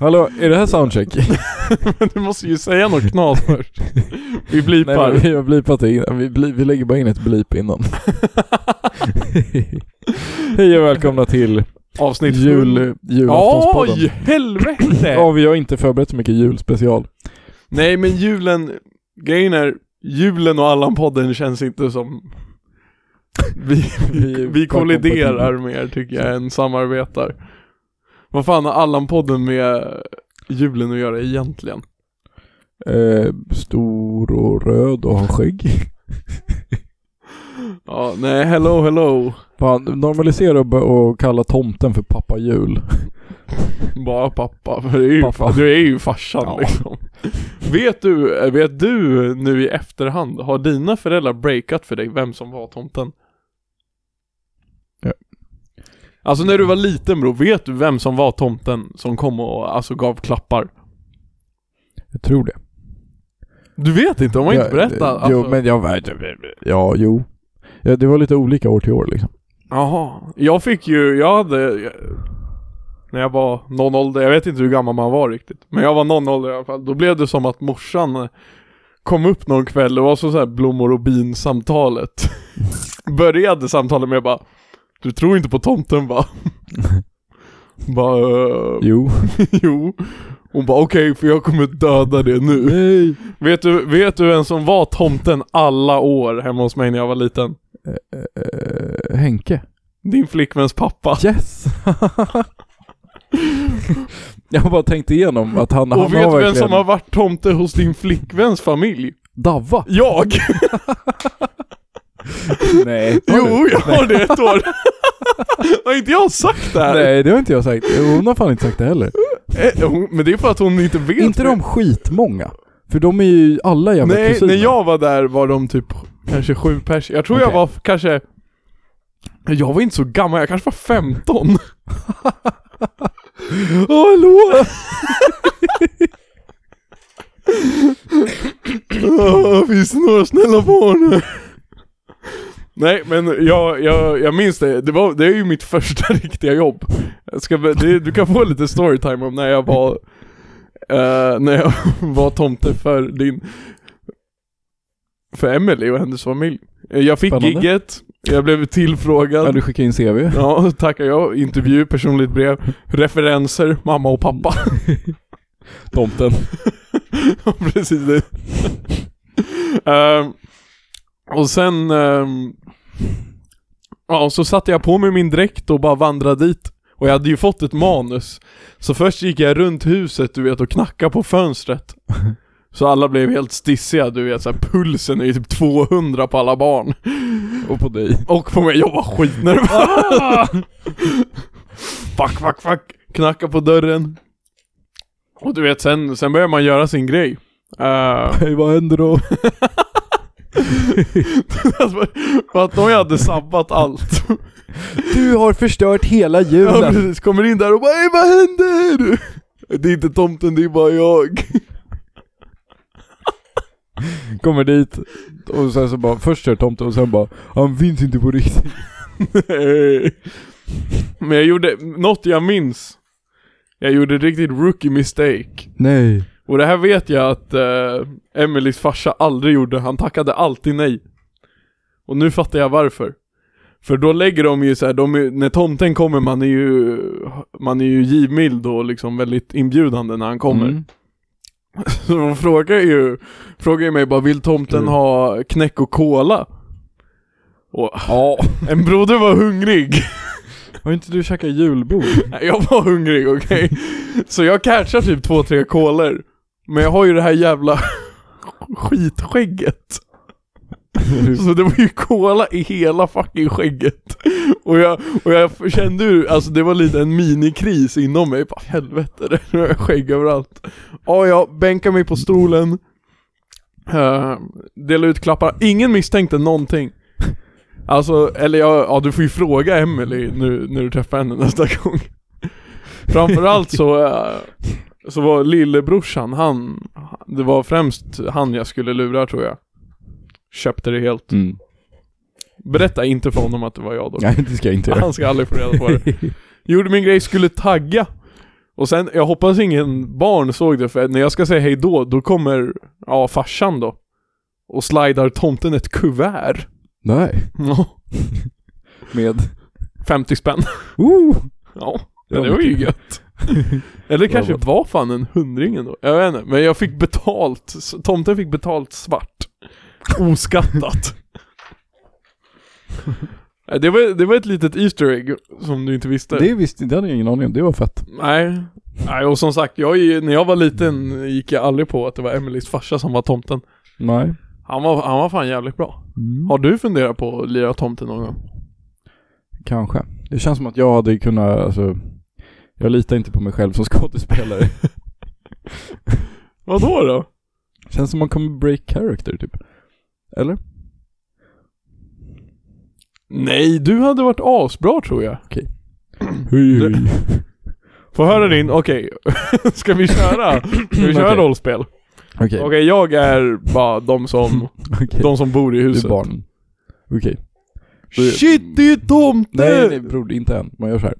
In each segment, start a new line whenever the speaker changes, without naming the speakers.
Hallå, är det här soundcheck?
Men du måste ju säga något knas först. Vi
Nej,
blipar.
men vi har blipat det innan. Vi, bli, vi lägger bara in ett blip innan. Hej och välkomna till
Avsnitt
jul, julaftonspodden.
Oj, helvete!
Ja, vi har inte förberett så mycket julspecial.
Nej men julen, grejen är, julen och Allan-podden känns inte som vi,
Vi-
vi, vi kolliderar mer tycker jag än samarbetar. Vad fan har Allan-podden med julen att göra egentligen?
Eh, stor och röd och har skägg.
Ja, nej, hello hello.
Fan, normalisera och, bör- och kalla tomten för pappa jul.
Bara pappa, för det är ju,
Pappa.
Du är ju farsan
Ja.
liksom. Vet du, eh, vet du nu i efterhand, har dina föräldrar breakat för dig vem som var tomten?
Ja.
Alltså när du var liten bror, vet du vem som var tomten som kom och alltså gav klappar?
Jag tror det.
Du vet inte, de har inte
Jag-
berättat. Alltså,
Jo, men jag vet. Ja, jo. Ja, det var lite olika år till år liksom.
Jaha, jag fick ju, jag hade jag, När jag var någon ålder, jag vet inte hur gammal man var riktigt Men jag var någon ålder i alla fall, då blev det som att morsan eh, Kom upp någon kväll, det var så så här blommor och bin samtalet Började samtalet med bara Du tror inte på tomten va? bara, "Eh,
Jo.
jo Hon bara okej för jag kommer döda det nu
Nej.
Vet du, vet du vem som var tomten alla år hemma hos mig när jag var liten?
Eh, Henke.
Din flickväns pappa
Yes! jag bara tänkte igenom att han, han
Och vet
har
du
verkligen...
vem som har varit tomte hos din flickväns familj?
Davva?
Jag!
Nej. har du?
Jo, jag har det ett år! Har inte jag sagt det här?
Nej, det har inte jag sagt. Hon har fan inte sagt det heller.
Eh, hon- Men det är för att hon inte vet
inte de skitmånga. För de är ju alla jävla
Nej,
kusiner.
när jag var där var de typ kanske sju pers Jag tror jag
Okej.
var f- kanske Jag var inte så gammal, jag kanske var 15
Hallå!
Åh, Finns det några snälla barn? Nej men jag, jag, jag minns det, det, var, det är ju mitt första riktiga jobb jag ska, be- det, Du kan få lite storytime om när jag var eh, När jag var tomte för din För Emily och hennes familj Eh, Jag fick
Spännande.
gigget, jag blev
Ja,
tillfrågad
du skickade in CV.
Ja, tackar jag, intervju, personligt brev, referenser, mamma och pappa
Tomten.
Ja, precis det. Ehm, och sen... ehm, ja, och så satte jag på mig min dräkt och bara vandrade dit. Och jag hade ju fått ett manus. Så först gick jag runt huset, du vet, och knackade på fönstret. Så alla blev helt stissiga, du vet, så här, pulsen är ju typ 200 på alla barn.
Och på dig.
Och på mig, jag var skitnervös. fuck, fuck, fuck. Knacka på dörren. Och du vet, sen, sen börjar man göra sin grej. Eh,
Hej, vad händer då?
Alltså, för att de hade sabbat allt.
Du har förstört hela
Ja,
julen.
precis. Kommer in där och bara "Ey, vad händer? Det är inte tomten, det är bara jag.
Kommer dit och sen så bara, först kör tomten och sen bara, han finns inte på riktigt.
Men jag gjorde, något jag minns. Jag gjorde ett riktigt rookie mistake.
Nej.
Och det här vet jag att eh, Emelies farsa aldrig gjorde, han tackade alltid nej. Och nu fattar jag varför. För då lägger de ju så här, de är, när tomten kommer, man är ju, man är ju givmild och liksom väldigt inbjudande när han kommer.
Mm.
Så de frågar ju, frågar ju mig bara, vill tomten
Mm.
ha knäck och cola? Och
Ja.
en broder var hungrig.
Har inte du käkat julbord?
Nej, Jag var hungrig, okej? Så jag catchar typ två, tre kolor Men jag har ju det här jävla skitskägget Så det var ju kola i hela fucking skägget Och jag, och jag kände ju, alltså det var lite en minikris inom mig, bara helvete det nu har jag skägg överallt Ja, jag bänkade mig på stolen uh, Delade ut klappar, ingen misstänkte någonting Alltså, eller jag, ja du får ju fråga Emily nu när du träffar henne nästa gång Framförallt så, eh, så var lillebrorsan, han, det var främst han jag skulle lura tror jag Köpte det helt
Mm.
Berätta inte för honom att det var jag då
Nej, det ska jag inte göra.
Han ska aldrig få reda på det Gjorde min grej, skulle tagga Och sen, jag hoppas ingen barn såg det för när jag ska säga hej då, då kommer, ja farsan då. Och slidar tomten ett kuvert.
Nej.
Ja,
Med...
50 spänn.
Woo!
Ja, men typ. det var ju gött. Eller det kanske var fan en hundring ändå. Jag vet inte, men jag fick betalt. Tomten fick betalt svart. Oskattat. Ja, Det var, det var ett litet Easter egg som du inte visste.
Det visste det hade jag ingen aning om, det var fett.
Nej. Nej, och som sagt, jag, är ju- när jag var liten gick jag aldrig på att det var Emelies farsa som var tomten.
Nej.
Han var, han var fan jävligt bra. Har du funderat på att lira tomten någon gång?
Kanske. Det känns som att jag hade kunnat, alltså, jag litar inte på mig själv som skådespelare.
Vadå då?
känns som man kommer break character typ. Eller?
Nej, du hade varit asbra tror jag.
Hej,
hej. Få höra din, okej. Ska vi köra? Ska vi köra
Mm. Okej.
rollspel?
Okej,
Okej, jag är bara de som,
okej.
de som bor i
Du är
huset.
barn. Okej. Du-
Shit, det är ju tomte!
Nej, nej bror, inte än. Man gör så här.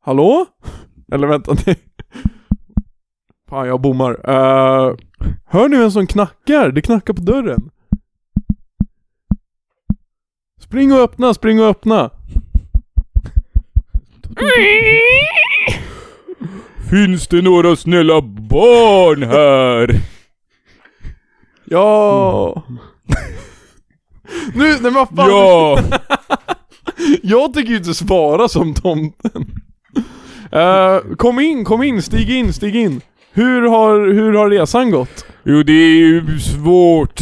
Hallå? Eller vänta, nej. Fan, jag bommar. Eh, hör ni vem som knackar? Det knackar på dörren. Spring och öppna, spring och öppna.
Finns det några snälla barn här?
Ja. nu, nej men vad fan.
Mm. Ja!
Jag tänker ju inte svara som tomten. Eh, kom in, kom in, stig in, stig in. Hur har, hur har resan gått?
Jo, det är ju svårt.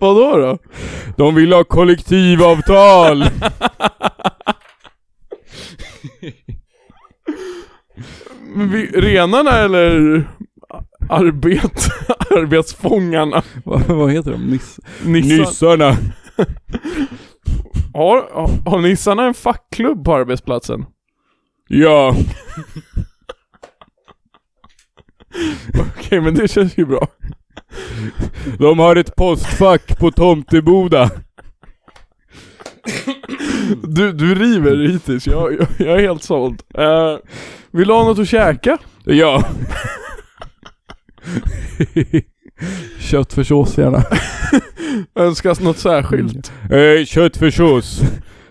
Vadå då?
De vill ha kollektivavtal.
Men vi, renarna eller arbet, arbetsfångarna?
Vad vad heter de? Niss...
Nissar.
Nissarna.
Har, har- har nissarna en fackklubb på arbetsplatsen?
Ja.
Okej, men det känns ju bra.
De har ett postfack på Tomteboda.
Du, du river hittills, jag, jag, jag är helt såld. Eh, vill du ha något att käka?
Ja. Köttfärssås gärna.
Önskas något särskilt?
Eh, köttfärssås.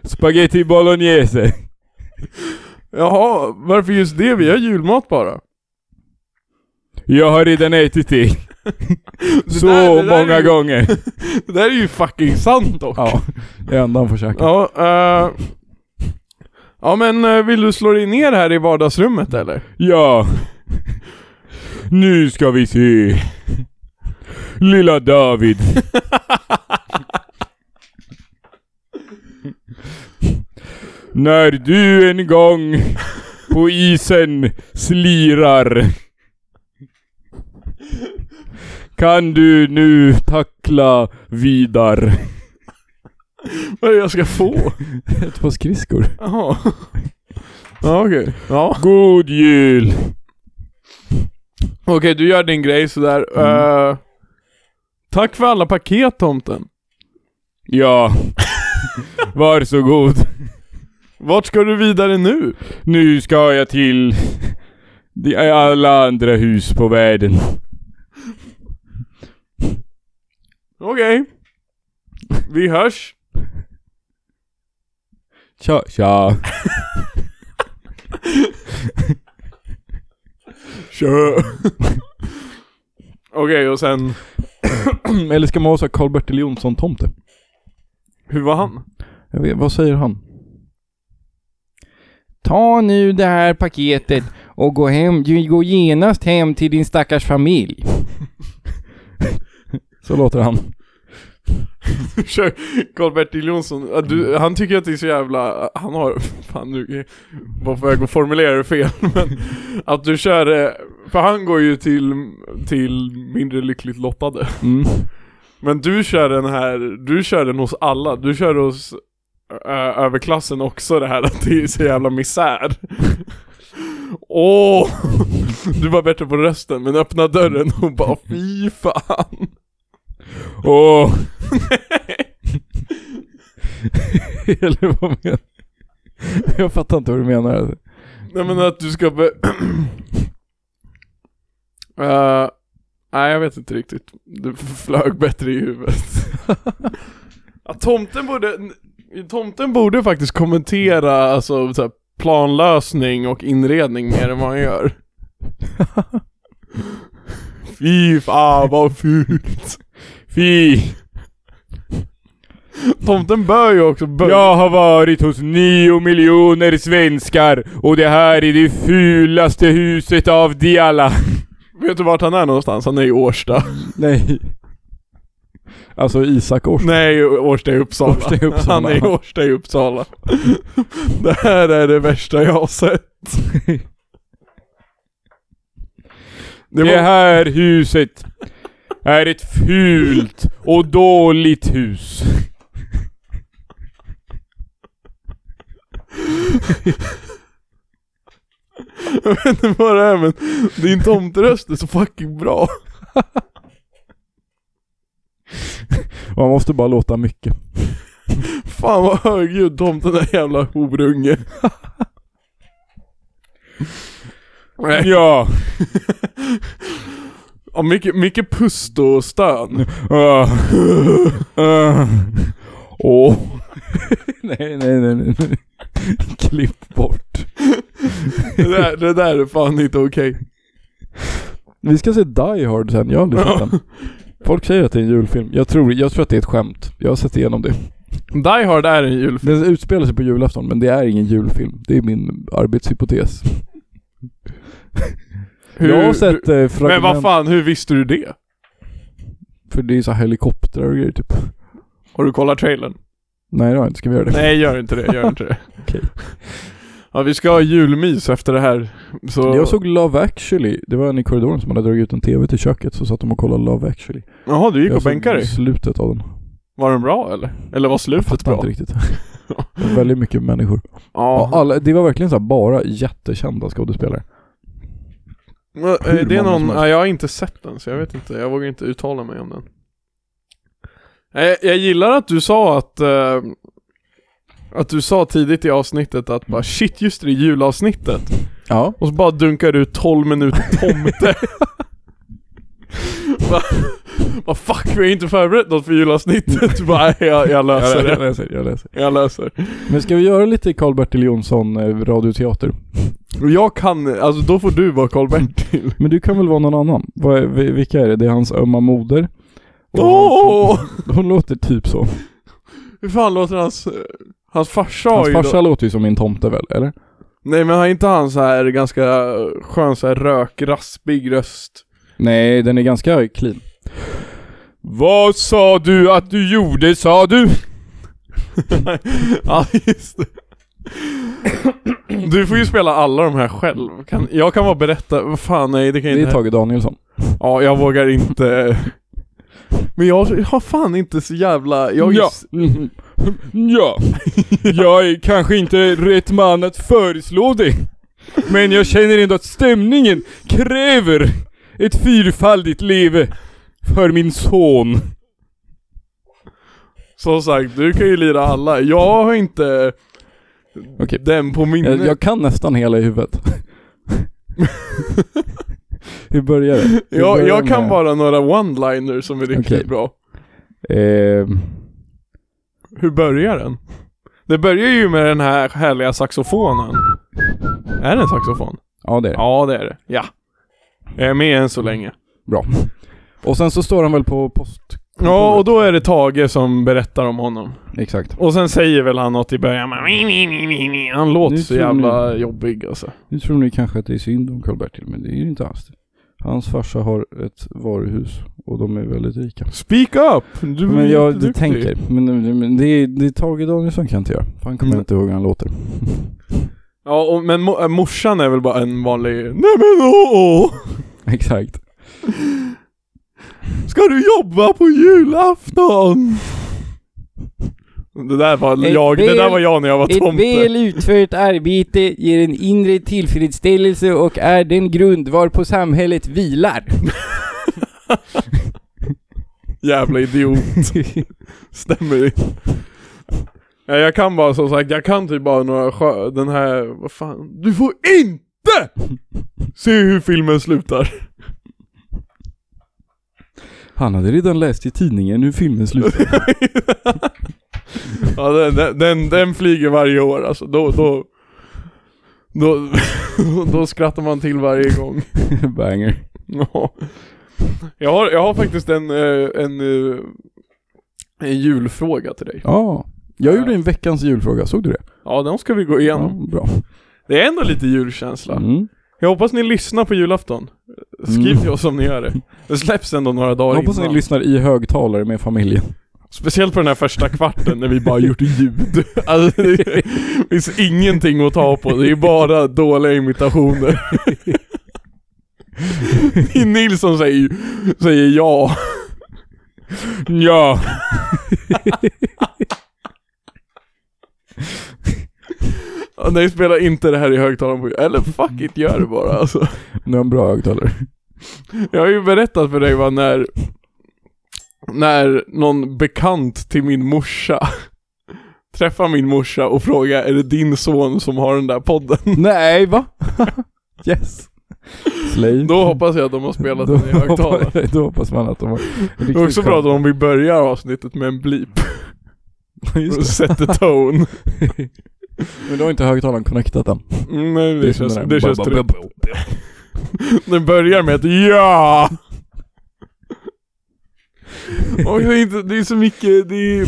Spaghetti bolognese.
Jaha, varför just det? Vi har julmat bara.
Jag har redan ätit det. Så
där- det där
många
är ju-
gånger.
Det där är ju fucking sant dock.
Ja, det är enda han får käka.
Ja, eh, ja men eh, vill du slå dig ner här i vardagsrummet eller?
Ja. Nu ska vi se. Lilla David. När du en gång på isen slirar kan du nu tackla Vidar.
Vad är det jag ska få?
Ett par skridskor.
Jaha. Ja okej. Ja.
God jul!
Okej, du gör din grej sådär. Eh, tack för alla paket tomten.
Ja. Varsågod.
Vart ska du vidare nu?
Nu ska jag till de- alla andra hus på världen.
Okej. Vi hörs.
Tja, tja.
Kör. Okej, och sen,
Eller ska man ha såhär Karl-Bertil Jonsson-tomte?
hur var han?
Jag vet, vad säger han? Ta nu det här paketet och gå hem, gå genast hem till din stackars familj. Så låter han.
Kör Karl-Bertil Jonsson, Ja, du, han tycker att det är så jävla, han har, fan nu var på väg att formulera det fel men Att du kör det, för han går ju till, till mindre lyckligt lottade
Mm.
Men du kör den här, du kör den hos alla, du kör hos eh, överklassen också det här att det är så jävla misär Åh! Du var bättre på rösten men öppna dörren och bara fy fan
Åh, Eller vad menar du? Jag fattar inte vad du menar. alltså.
Nej men att du ska be... Eh, nej jag vet inte riktigt. Du flög bättre i huvudet. ja, tomten borde... Tomten borde faktiskt kommentera alltså, så här, planlösning och inredning mer än vad han gör. Fy fan vad fult. Fy. Tomten bör ju också börja.
Jag har varit hos nio miljoner svenskar och det här är det fulaste huset av de alla.
Vet du vart han är någonstans? Han är i Årsta.
Nej. Alltså Isak Ors.
Nej, Årsta i Uppsala.
Årsta i Uppsala.
Han är i Årsta i Uppsala. det här är det värsta jag har sett.
Det,
Det var,
här huset är ett fult och dåligt hus.
jag vet inte vad det är men din tomteröst är så fucking bra.
Man måste bara låta mycket.
Fan vad högljudd tomten är jävla horunge. Nej.
Ja.
Ja, mycket, mycket pust och stön.
Åh. Åh. Åh. Nej, nej, nej, nej. nej. Klipp bort.
Det där, det där är fan inte okej.
Vi ska se Die Hard sen, jag har aldrig sett den. Folk säger att det är en julfilm. Jag tror, jag tror att det är ett skämt. Jag har sett igenom det.
Die Hard är en julfilm.
Den utspelar sig på julafton, men det är ingen julfilm. Det är min arbetshypotes. jag har sett eh, fragment,
men vad fan, hur visste du det?
för det är så här helikoptrar och grejer typ.
Har du kollat trailern?
Nej, det har jag inte. Ska vi göra det?
Nej, gör inte det, gör inte det.
Okej.
Ja, vi ska ha julmys efter det här. Så...
Jag såg Love actually. Det var en i korridoren som hade dragit ut en TV till köket, så satt de och kollade Love actually.
Jaha, du gick
jag
och
såg
bänkade dig.
slutet av den.
Var den bra eller? Eller var slutet
Fattar
bra?
inte riktigt. Det var Väldigt mycket människor.
Ja.
Ja, alla, det var verkligen så här bara jättekända skådespelare.
Men, eh,
hur
det är
många
någon,
som helst.
ja, jag har inte sett den så jag vet inte, jag vågar inte uttala mig om den. Jag, jag gillar att du sa att eh, att du sa tidigt i avsnittet att bara shit just det, julavsnittet.
Ja.
Och så bara dunkar du 12 minuter tomte. Bara- Bara fuck, vi har inte förberett något för julavsnittet. Du bara, "Nej, jag, jag löser det.
läser, jag läser.
Jag löser.
Men ska vi göra lite Karl-Bertil Jonsson eh, radioteater?
Jag kan, alltså då får du vara Karl-Bertil.
Men du kan väl vara någon annan? Vad är, vi- vilka är det? Det är hans ömma moder. Och
Åh!
Hon låter typ så.
Hur fan låter hans, hans farsa? har
Hans
ju då-
farsa låter ju som min tomte väl, eller?
Nej men har inte han så här ganska skön så här rökraspig röst?
Nej, den är ganska clean. Vad sa du att du gjorde, sa du?
ja just det. Du får ju spela alla de här själv. Kan, jag kan bara berätta, vad fan nej det kan jag
Det är
inte.
Tage Danielsson.
Ja jag vågar inte. Men jag har fan inte så jävla, jag
ja. Mhm. ja, jag är kanske inte rätt man att föreslå det. Men jag känner ändå att stämningen kräver ett fyrfaldigt leve för min son.
som sagt du kan ju lira alla. Jag har inte
Okej.
den på minnet.
Jag, jag kan nästan hela i huvudet. Hur börjar det? Hur
Jag,
börjar
jag
det
kan
med-
bara några one-liners som är riktigt
Okej.
bra.
Ehm,
Hur börjar den? Det börjar ju med den här härliga saxofonen. Är det en saxofon?
ja det är det.
Ja, det är det. Ja. Jag är med än så länge.
Bra. Och sen så står han väl på post...
Ja, och då är det Tage som berättar om honom.
Exakt.
Och sen säger väl han något i början med Han låter
Nu
så
tror
jävla jobbig alltså.
Nu tror ni kanske att det är synd om Karl-Bertil, men det är ju inte alls det. Hans farsa har ett varuhus och de är väldigt rika.
Speak up! Du är
Men jag det
jätteduktig.
tänker, men, men det, är, det är Tage Danielsson kan jag inte göra. För han kommer
Mm.
inte ihåg hur han låter.
Ja, och, men mo- äh, morsan är väl bara en vanlig Nej men åh!
Exakt.
Ska du jobba på julafton? Det där var
Ett
jag, det där
väl-
var jag när jag var
Ett
tomte.
väl utfört arbete ger en inre tillfredsställelse och är den grund varpå samhället vilar.
Jävla idiot. Stämmer ju. Ja, jag kan bara som sagt, jag kan typ bara några skö... den här, vad fan. Du får INTE! Se hur filmen slutar.
Han hade redan läst i tidningen hur filmen slutade.
Ja, den, den, den, den flyger varje år alltså, då, då, då, då skrattar man till varje gång.
Banger.
Ja. Jag har, jag har faktiskt en, eh, en, eh, en julfråga till dig.
Ja. Jag gjorde en veckans julfråga, såg du det?
Ja, den ska vi gå igenom.
Ja, bra.
Det är ändå lite julkänsla.
Mm.
Jag hoppas ni lyssnar på julafton. Skriv till oss om ni gör det. Det släpps ändå några dagar
Jag hoppas
innan.
ni lyssnar i högtalare med familjen.
Speciellt på den här första kvarten när vi bara gjort ljud. Alltså, det finns ingenting att ta på, det är bara dåliga imitationer. Nilsson säger, ju- säger ja.
Ja.
Ja, Nej, spela inte det här i högtalaren på Eller fuck it, gör det bara alltså.
Nu har jag en bra högtalare.
Jag har ju berättat för dig vad när, när någon bekant till min morsa träffar min morsa och frågar är det din son som har den där podden?
Nej, va? yes. Slay.
Då hoppas jag att de har spelat den i högtalaren.
hoppas, då hoppas man att de har riktigt
Det är också bra att om vi börjar avsnittet med en blip och sätter tone.
Men då har inte högtalaren connectat än.
Mm, Nej, det,
som
känns,
den här
det känns
ba- ba-
tryggt.
ba- ba- ba-
Den börjar med ett ja! Och det är, inte, det är så mycket, det är,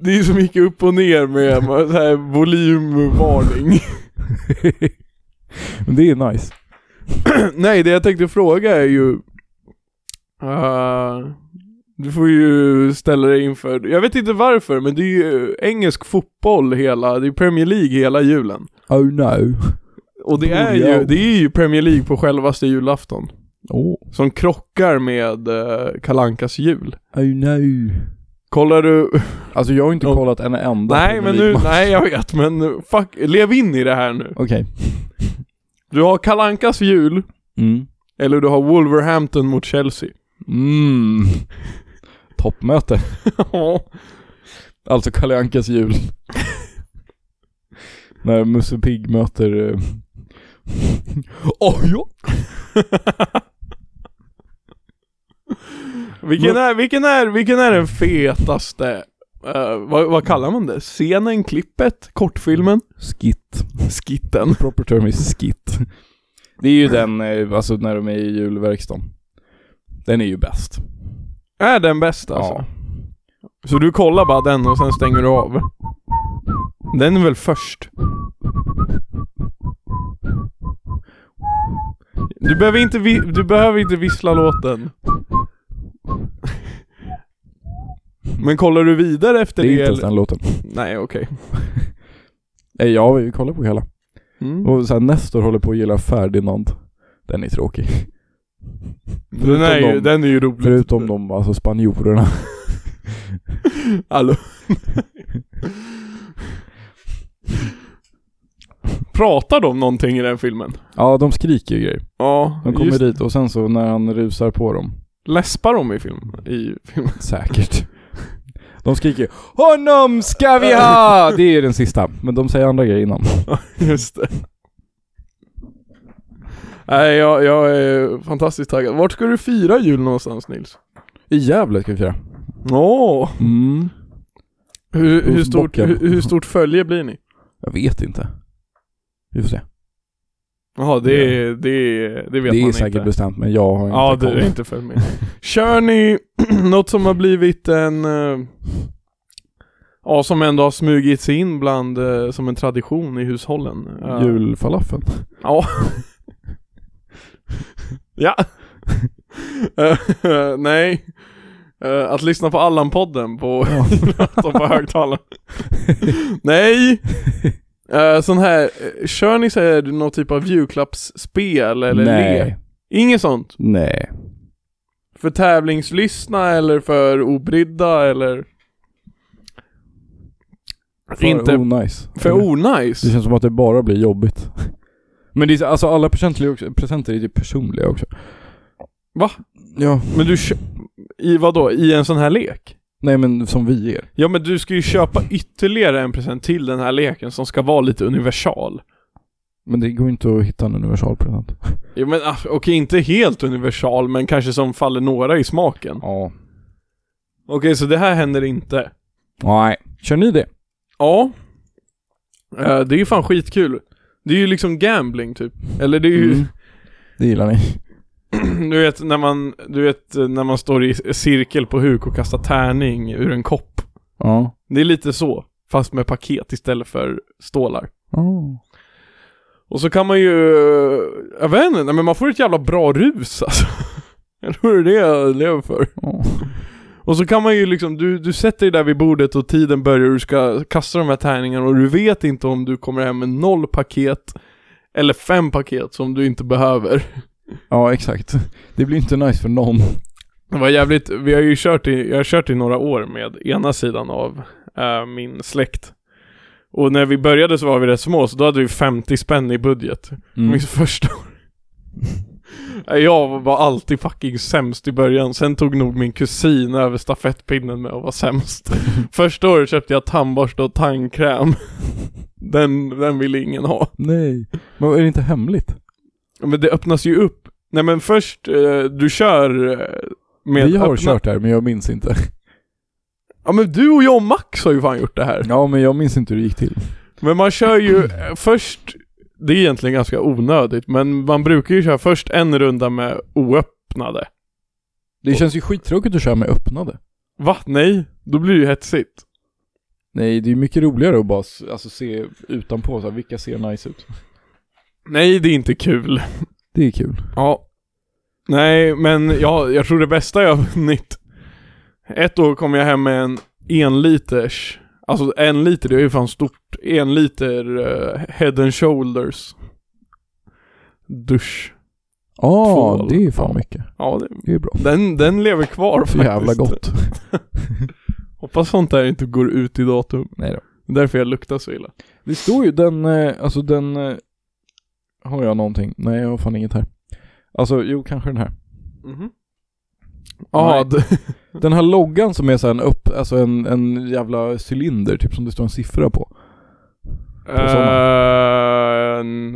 det är så mycket upp och ner med så här volymvarning.
Men det är nice.
Nej, det jag tänkte fråga är ju... eh, du får ju ställa dig inför, jag vet inte varför, men det är ju engelsk fotboll hela, det är Premier League hela julen.
Oh no.
Och det är, ju, det är ju Premier League på självaste julafton.
Oh,
Som krockar med eh, Kalankas jul.
oh no.
Kollar du?
Alltså jag har inte
Ja.
kollat en enda
Oh. nej
Premier
men nu,
League-match.
nej jag vet men nu- fuck, lev in i det här nu.
Okej.
Du har Kalankas jul,
Mm.
eller du har Wolverhampton mot Chelsea.
Mm. Toppmöte.
Ja.
Alltså Kalle Ankas jul. När Musse Pigg möter... eh, Åh ja!
vilken, är, vilken, är, vilken är den fetaste? eh, vad, vad kallar man det? Scenen, klippet, kortfilmen?
Skit.
Skitten.
Proper term is skit. Det är ju den, eh, alltså när de är i julverkstan. Den är ju bäst.
Är den bästa alltså? Så du kollar bara den och sen stänger du av? Den är väl först? Du behöver inte, vi- du behöver inte vissla låten. Men kollar du vidare
Det
efter
är
det?
inte ens
eller-
den låten.
Nej, okej.
Nej, ja, vi kollar på hela.
Mm.
Och sen Nestor håller på att gilla Ferdinand. Den är tråkig.
Den, är ju,
de-
den är ju rolig.
Förutom de, alltså spanjorerna.
Hallå. Pratar de någonting i den filmen?
Ja, de skriker ju grejer.
Ja,
De kommer
just
dit och sen så när han rusar på dem,
Läspar de i filmen? I filmen?
säkert. De skriker ju, 'Honom ska vi ha!' Det är ju den sista, men de säger andra grejer innan.
Just det. Nej, jag, jag är fantastiskt taggad. Vart ska du fira jul någonstans Nils?
I Gävle ska vi fira.
Åh!
Mm.
Hur, hur,
Hos
stort,
bocken.
hur, hur stort följe blir ni?
Jag vet inte. Vi får se.
Jaha, det, är- det, är- det
det
vet
är
man inte.
säkert bestämt, men jag har inte
Ja, du
koll.
är inte följt med. Kör ni något som har blivit en... eh, Ja, som ändå har smugit sig in bland, eh, som en tradition i hushållen. Eh,
Julfalafeln.
Ja. ja. Eh, nej. Eh, att lyssna på Allan-podden på, på högtalaren. nej. Eh, sån här, eh, kör ni så här någon typ av julklappsspel eller lek?
Nej.
Inget sånt?
Nej.
För tävlingslyssna eller för obrydda eller?
För
Inte-
Onajs.
För
Det
onajs?
känns som att det bara blir jobbigt. Men det är, så- alltså alla presenter, också, presenter är ju personliga också.
Va?
Ja.
Men du kö- i vad då? I en sån här lek?
Nej men som vi ger.
Ja men du ska ju köpa ytterligare en present till den här leken som ska vara lite universal.
Men det går inte att hitta en universalpresent.
Jo men ah, okej, inte helt universal men kanske som faller några i smaken.
Ja.
Okej, så det här händer inte.
Nej. Kör ni det?
Ja. Eh, det är ju fan skitkul. Det är ju liksom gambling typ. Eller det är
Mm.
ju,
Det gillar ni.
du vet när man, du vet eh, när man står i cirkel på huk och kastar tärning ur en kopp.
Ja.
Det är lite så, fast med paket istället för stålar.
Oh.
Och så kan man ju, jag vet inte, nej, men man får ett jävla bra rus alltså. Jag tror det är det jag lever för. Och så kan man ju liksom, du, du sätter dig där vid bordet och tiden börjar och du ska kasta de här tärningarna och du vet inte om du kommer hem med noll paket eller fem paket som du inte behöver.
Ja, exakt. Det blir inte nice för någon.
Det var jävligt, vi har ju kört i, jag har kört i några år med ena sidan av eh, min släkt. Och när vi började så var vi rätt små, så då hade vi 50 spänn i budget.
Mm.
Min
Liksom,
första år. Nej, Jag var alltid fucking sämst i början, sen tog nog min kusin över stafettpinnen med att vara sämst. Första året köpte jag tandborste och tandkräm. Den, den ville ingen ha.
Nej. Men är det inte hemligt?
Men det öppnas ju upp. Nej men först, eh, du kör eh, med
Vi har
öppna-
kört där, men jag minns inte.
Ja men du och jag och Max har ju fan gjort det här.
Ja, men jag minns inte hur det gick till.
Men man kör ju eh, först, det är egentligen ganska onödigt, men man brukar ju köra först en runda med oöppnade.
Det känns ju skittråkigt att köra med öppnade.
Va? Nej? Då blir det ju hetsigt.
Nej, det är mycket roligare att bara s- alltså, se utanpå, så här, vilka ser nice ut.
Nej, det är inte kul.
Det är kul.
Ja. Nej, men jag, jag tror det bästa jag har vunnit. Ett år kom jag hem med en enliters, alltså en liter, det är ju fan stort, en liter eh, head and shoulders. Dusch.
Ja,
Tvål.
det är fan mycket.
Ja, det,
Det är bra.
den, den lever kvar
Så
faktiskt.
jävla gott.
Hoppas sånt här inte går ut i datum.
Nej då.
Därför jag luktar så illa.
Det står ju den, eh, alltså den... eh, Har jag någonting? Nej, jag har fan inget här. Alltså, jo, kanske den här.
Mhm. Ja,
Nej.
d-
Den här loggan som är så här en upp, alltså en, en jävla cylinder typ som det står en siffra på. På
Eh,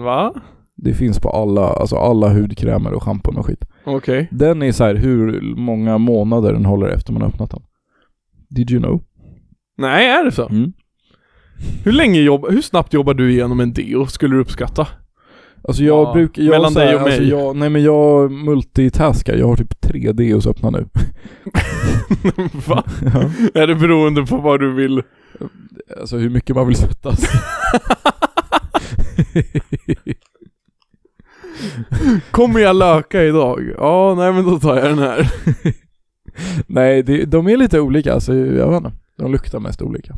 va?
Det finns på alla, alltså alla hudkrämer och schampon och skit.
Okej.
Den är så här hur många månader den håller efter man har öppnat den. Did you know?
Nej, är det så?
Mm.
Hur länge jobbar, hur snabbt jobbar du igenom en deo skulle du uppskatta?
Alltså jag
Ja,
brukar, jag
mellan
så här,
dig och
alltså
mig.
Jag, nej men jag multitaskar, jag har typ tre deos öppna nu.
va?
Ja.
Är det beroende på vad du vill?
alltså hur mycket man vill svettas.
Kommer jag löka idag? Ja, nej men då tar jag den här.
nej, det, de är lite olika, alltså jag vet inte. De luktar mest olika.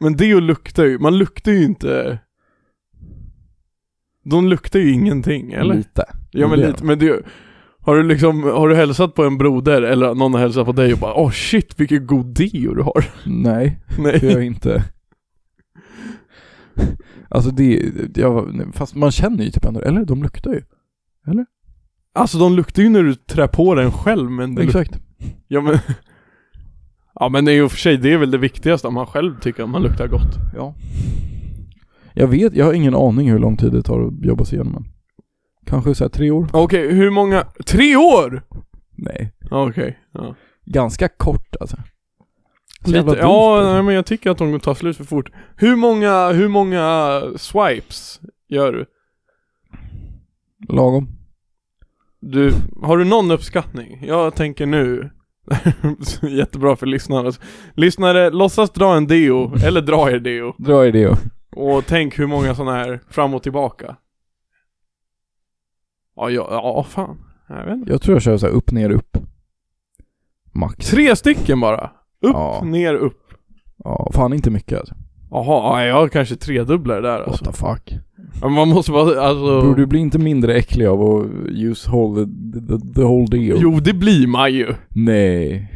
Men deo luktar ju, man luktar ju inte... De luktar ju ingenting, eller?
Lite.
Ja men
Det-
lite, men det Har du liksom, har du hälsat på en broder eller någon har hälsat på dig och bara åh shit vilken god deo du har?
Nej. För
Nej.
jag inte... Alltså det, jag, fast man känner ju typ ändå, eller de luktar ju.
Alltså de luktar ju när du trär på den själv men det luk-
Exakt.
Ja men Ja men det är ju för sig, det är väl det viktigaste om man själv tycker att man luktar gott.
Ja. Jag vet, jag har ingen aning hur lång tid det tar att jobba sig igenom den. Kanske såhär tre år?
Okej, hur många? Tre år?
Nej.
Ja, Okej, ja.
Ganska kort alltså. Så jävla
Lite,
dumt,
ja
alltså.
nej, men jag tycker att de tar slut för fort. Hur många, hur många swipes gör du?
Lagom.
Du, har du någon uppskattning? Jag tänker nu Jättebra för lyssnare Lyssnare, låtsas dra en deo, eller dra er deo
Dra i det och...
Och tänk hur många sådana här fram och tillbaka Ja, ja, ja fan Jag vet inte
Jag tror jag kör såhär upp, ner, upp. Max.
Tre stycken bara! Upp,
Ja.
ner, upp
Ja, fan inte mycket alltså.
Jaha, ja, jag kanske tredubblar det där
What
alltså
the fuck.
Men Man måste bara, alltså
Bror du blir inte mindre äcklig av att use whole, the, the, the whole deal.
Jo, det blir man ju
Nej.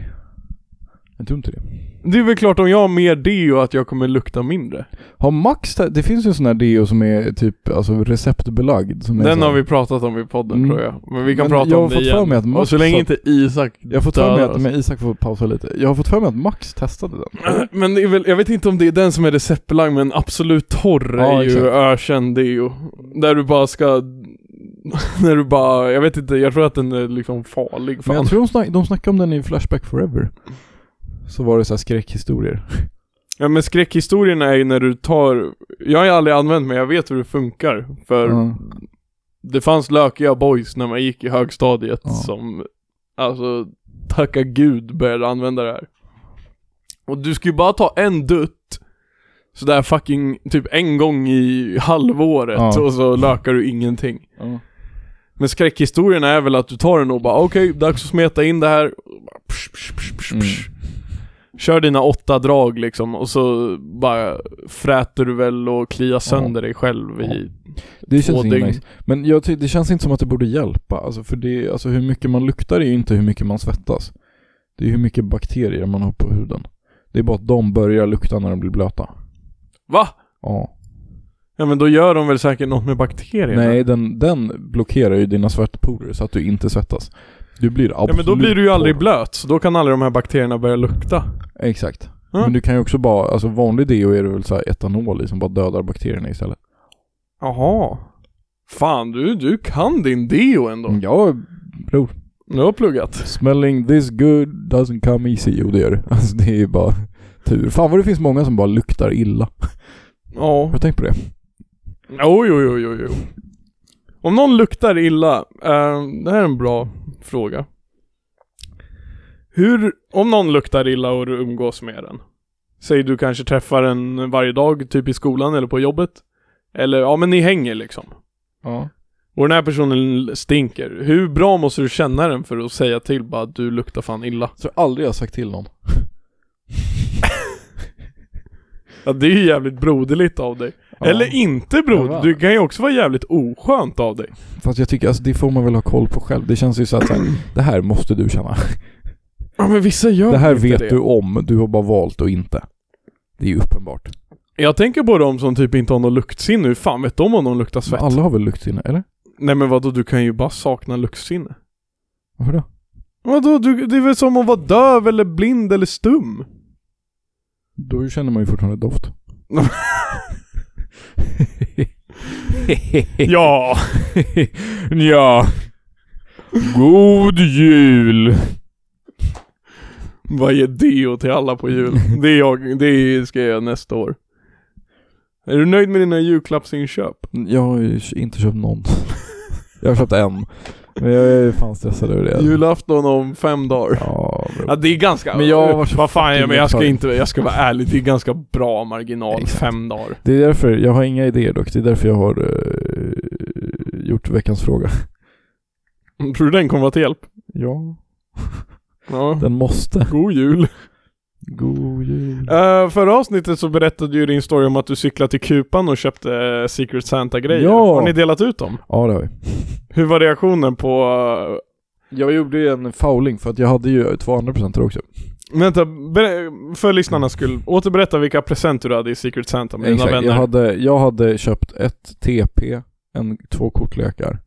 Jag tror inte det.
Det är väl klart om jag har mer deo att jag kommer lukta mindre.
Har Max, te- det finns ju en sån här deo som är typ alltså receptbelagd. Som är
Den
så-
har vi pratat om i podden
Mm.
tror jag. Men vi kan
Men
prata
jag
om
har
det
fått för
igen.
mig att Max
Och så länge
har-
inte Isak
Jag har fått för mig
dödar
att, men Isak får pausa lite. Jag har fått för mig att Max testade den.
Men det är väl, jag vet inte om det är den som är receptbelagd men absolut torr
Ja,
är ju
exakt.
ökänd deo. Där du bara ska, när du bara, jag vet inte, jag tror att den är liksom farlig
Men
fan.
jag tror de, snack, de snackade om den i Flashback Forever. Så var det så här skräckhistorier.
Ja men skräckhistorierna är ju när du tar, jag har ju aldrig använt men jag vet hur det funkar. För
Ja.
det fanns lökiga boys när man gick i högstadiet
Ja.
som, alltså tacka gud började använda det här. Och du ska ju bara ta en dutt, sådär fucking typ en gång i halvåret
Ja.
och så lökar du ingenting.
Ja.
Men skräckhistorierna är väl att du tar den och bara okej, dags att smeta in det här. Och bara, psh, psh, psh, psh,
Mm.
psh. Kör dina åtta drag liksom och så bara fräter du väl och kliar sönder dig själv i...
Det
Två
känns inte
dygn.
nice. Men jag ty- det känns inte som att det borde hjälpa. Alltså för det, alltså hur mycket man luktar är ju inte hur mycket man svettas. Det är hur mycket bakterier man har på huden. Det är bara att de börjar lukta när de blir blöta.
Va?
Ja.
Ja men då gör de väl säkert något med bakterierna?
Nej, den, den blockerar ju dina svettporer så att du inte svettas. Du blir absolut
Ja men då blir du ju aldrig
torr.
blöt, så då kan alla de här bakterierna börja lukta.
Exakt.
Ja.
Men du kan ju också bara, alltså vanlig deo är det väl så här etanol i som bara dödar bakterierna istället.
Jaha. Fan du, du kan din deo ändå.
Ja, bror.
Du har pluggat.
Smelling this good doesn't come easy. Jo det gör det. Alltså det är ju bara tur. Fan vad det finns många som bara luktar illa.
Ja.
Har du tänkt på det?
Jo, jo, jo, jo, jo. Om någon luktar illa, eh, det här är en bra fråga. Hur, om någon luktar illa och du umgås med den. Säg du kanske träffar den varje dag, typ i skolan eller på jobbet. Eller, ja men ni hänger liksom.
Ja.
Och den här personen stinker. Hur bra måste du känna den för att säga till bara att du luktar fan illa?
Så aldrig har jag sagt till någon.
Ja, det är ju jävligt broderligt av dig.
Ja.
Eller inte broderligt, du kan ju också vara jävligt oskönt av dig.
Fast jag tycker, alltså det får man väl ha koll på själv. Det känns ju så att så här, det här måste du känna.
Ja men vissa gör
Det här
inte
vet
det.
du om, du har bara valt att inte. Det är ju uppenbart.
Jag tänker på de som typ inte har någon luktsinne, hur fan vet de om de luktar svett?
Alla har väl luktsinne, eller?
Nej men vadå, du kan ju bara sakna luktsinne.
Varför då?
Vadå, du, det är väl som att vara döv eller blind eller stum?
Då känner man ju fortfarande doft.
ja!
ja. God jul.
Vad ger deo till alla på jul? Det, är jag, det ska jag göra nästa år. Är du nöjd med dina julklappsinköp?
Jag har ju inte köpt någon. Jag har köpt en. Men jag är fan stressad över det.
Julafton om fem dagar.
Ja,
Ja det är ganska...
Men jag var så
Vad fan, jag, men jag ska
fucking-
inte, jag ska vara ärlig, det är ganska bra marginal,
Exakt.
fem dagar.
det är därför, jag har inga idéer dock. Det är därför jag har eh, gjort veckans fråga.
Tror du den kommer vara till hjälp?
Ja.
Ja.
Den måste.
God jul.
God jul.
Eh, förra avsnittet så berättade ju din story om att du cyklade till Kupan och köpte eh, Secret Santa-grejer.
Ja.
Har ni delat ut dem?
Ja det har vi.
Hur var reaktionen på... eh,
Jag gjorde ju en fouling för att jag hade ju två andra presenter också.
eh, vänta, ber- för lyssnarnas skull, återberätta vilka presenter du hade i Secret Santa med dina
Exakt.
vänner.
Jag hade, jag hade köpt ett TP, en, två kortlekar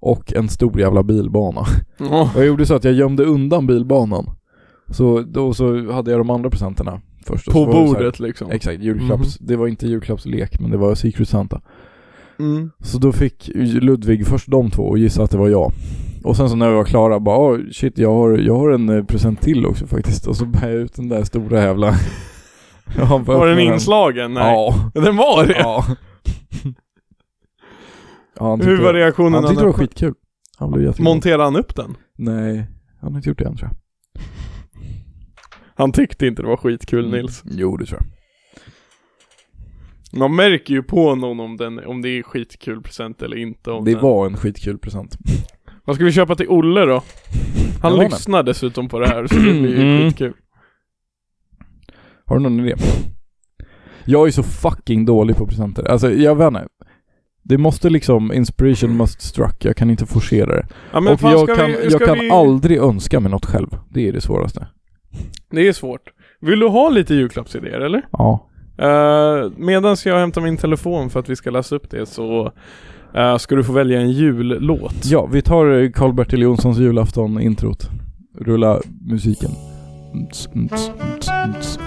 och en stor jävla bilbana.
Ja.
Och jag gjorde så att jag gömde undan bilbanan. Så då så hade jag de andra presenterna först. Och
på
så var det så här-
bordet liksom.
Exakt, julklapps. Det var inte julklappslek men det var Secret Santa.
Mm.
Så då fick Ludvig först de två och gissade att det var jag. Och sen så när vi var klara bara oh, shit jag har, jag har en eh, present till också faktiskt. Och så bär jag ut den där stora jävla... Ja, han bara
Var den
öppnar
inslagen? Nej.
Ja.
Den var det?
ja. ja han tyckte,
Hur var reaktionen?
Han tyckte det
när-
var skitkul. Han blev jätteglad.
Monterade han upp den?
Nej, han har inte gjort det än tror jag.
Han tyckte inte det var
Mm.
skitkul Nils.
Jo det tror jag.
Man märker ju på någon om, den, om det är skitkul present eller inte. Om
Det
den.
var en skitkul present.
Vad ska vi köpa till Olle då? Han
Jag har
lyssnar dessutom på det här så det blir ju
Mm.
skitkul.
Har du någon idé? Jag är så fucking dålig på presenter. Alltså jag vet inte. Det måste liksom, inspiration must struck. Jag kan inte forcera det.
Ja, men
och
fan,
jag
ska
kan,
vi,
jag
ska
kan
vi...
aldrig önska mig något själv. Det är det svåraste.
Det är svårt. Vill du ha lite julklappsidéer eller?
Ja.
Eh, medan jag hämtar min telefon för att vi ska läsa upp det så eh, ska du få välja en jullåt.
Ja, vi tar eh, Karl-Bertil Jonssons julafton-introt. Rulla musiken. Mts, mts, mts, mts.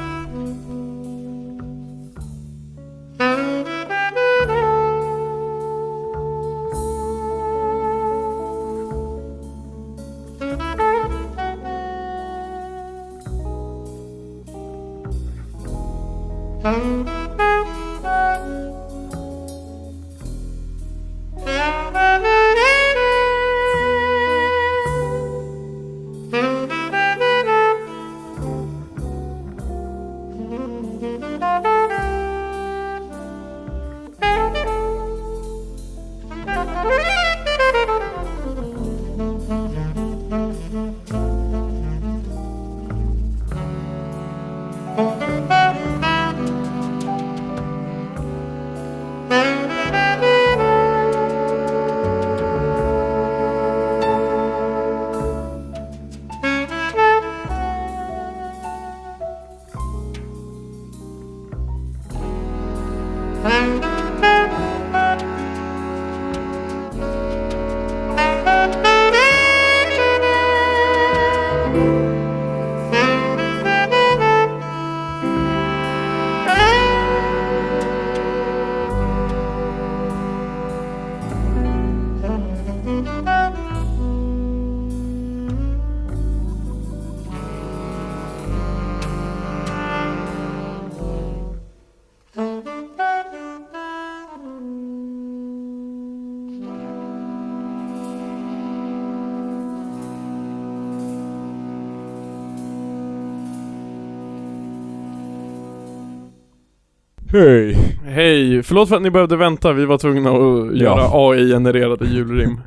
Hej!
Hej! Förlåt för att ni behövde vänta, vi var tvungna att göra AI-genererade julrim.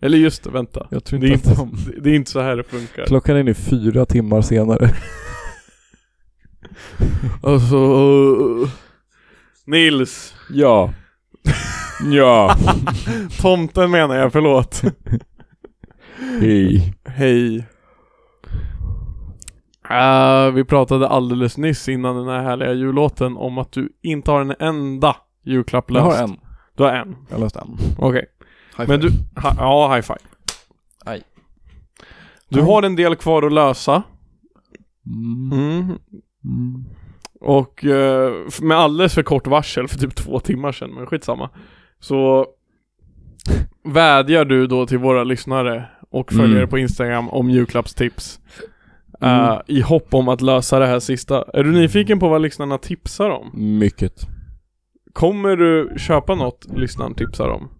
Eller just det, vänta.
Jag tror
Det är,
inte
inte,
att de...
det är inte så här det funkar.
Klockan är nu fyra timmar senare.
Alltså... Nils!
Ja. Ja.
Tomten menar jag, förlåt.
Hej.
Hej. Ah, vi pratade alldeles nyss innan den här härliga jullåten om att du inte har en enda julklapp
Jag
löst.
har en.
Du har en?
Jag har löst en.
Okej. Men du, ha, ja, high five.
Aj. Mm.
Du
Aj.
har en del kvar att lösa.
Mm.
Mm.
Mm.
Och eh, f- med alldeles för kort varsel, för typ två timmar sedan, men skitsamma. Så vädjar du då till våra lyssnare och följare
Mm.
på Instagram om julklappstips.
Mm.
Eh, I hopp om att lösa det här sista. Är du nyfiken på vad lyssnarna tipsar om?
Mycket.
Kommer du köpa något lyssnaren tipsar om?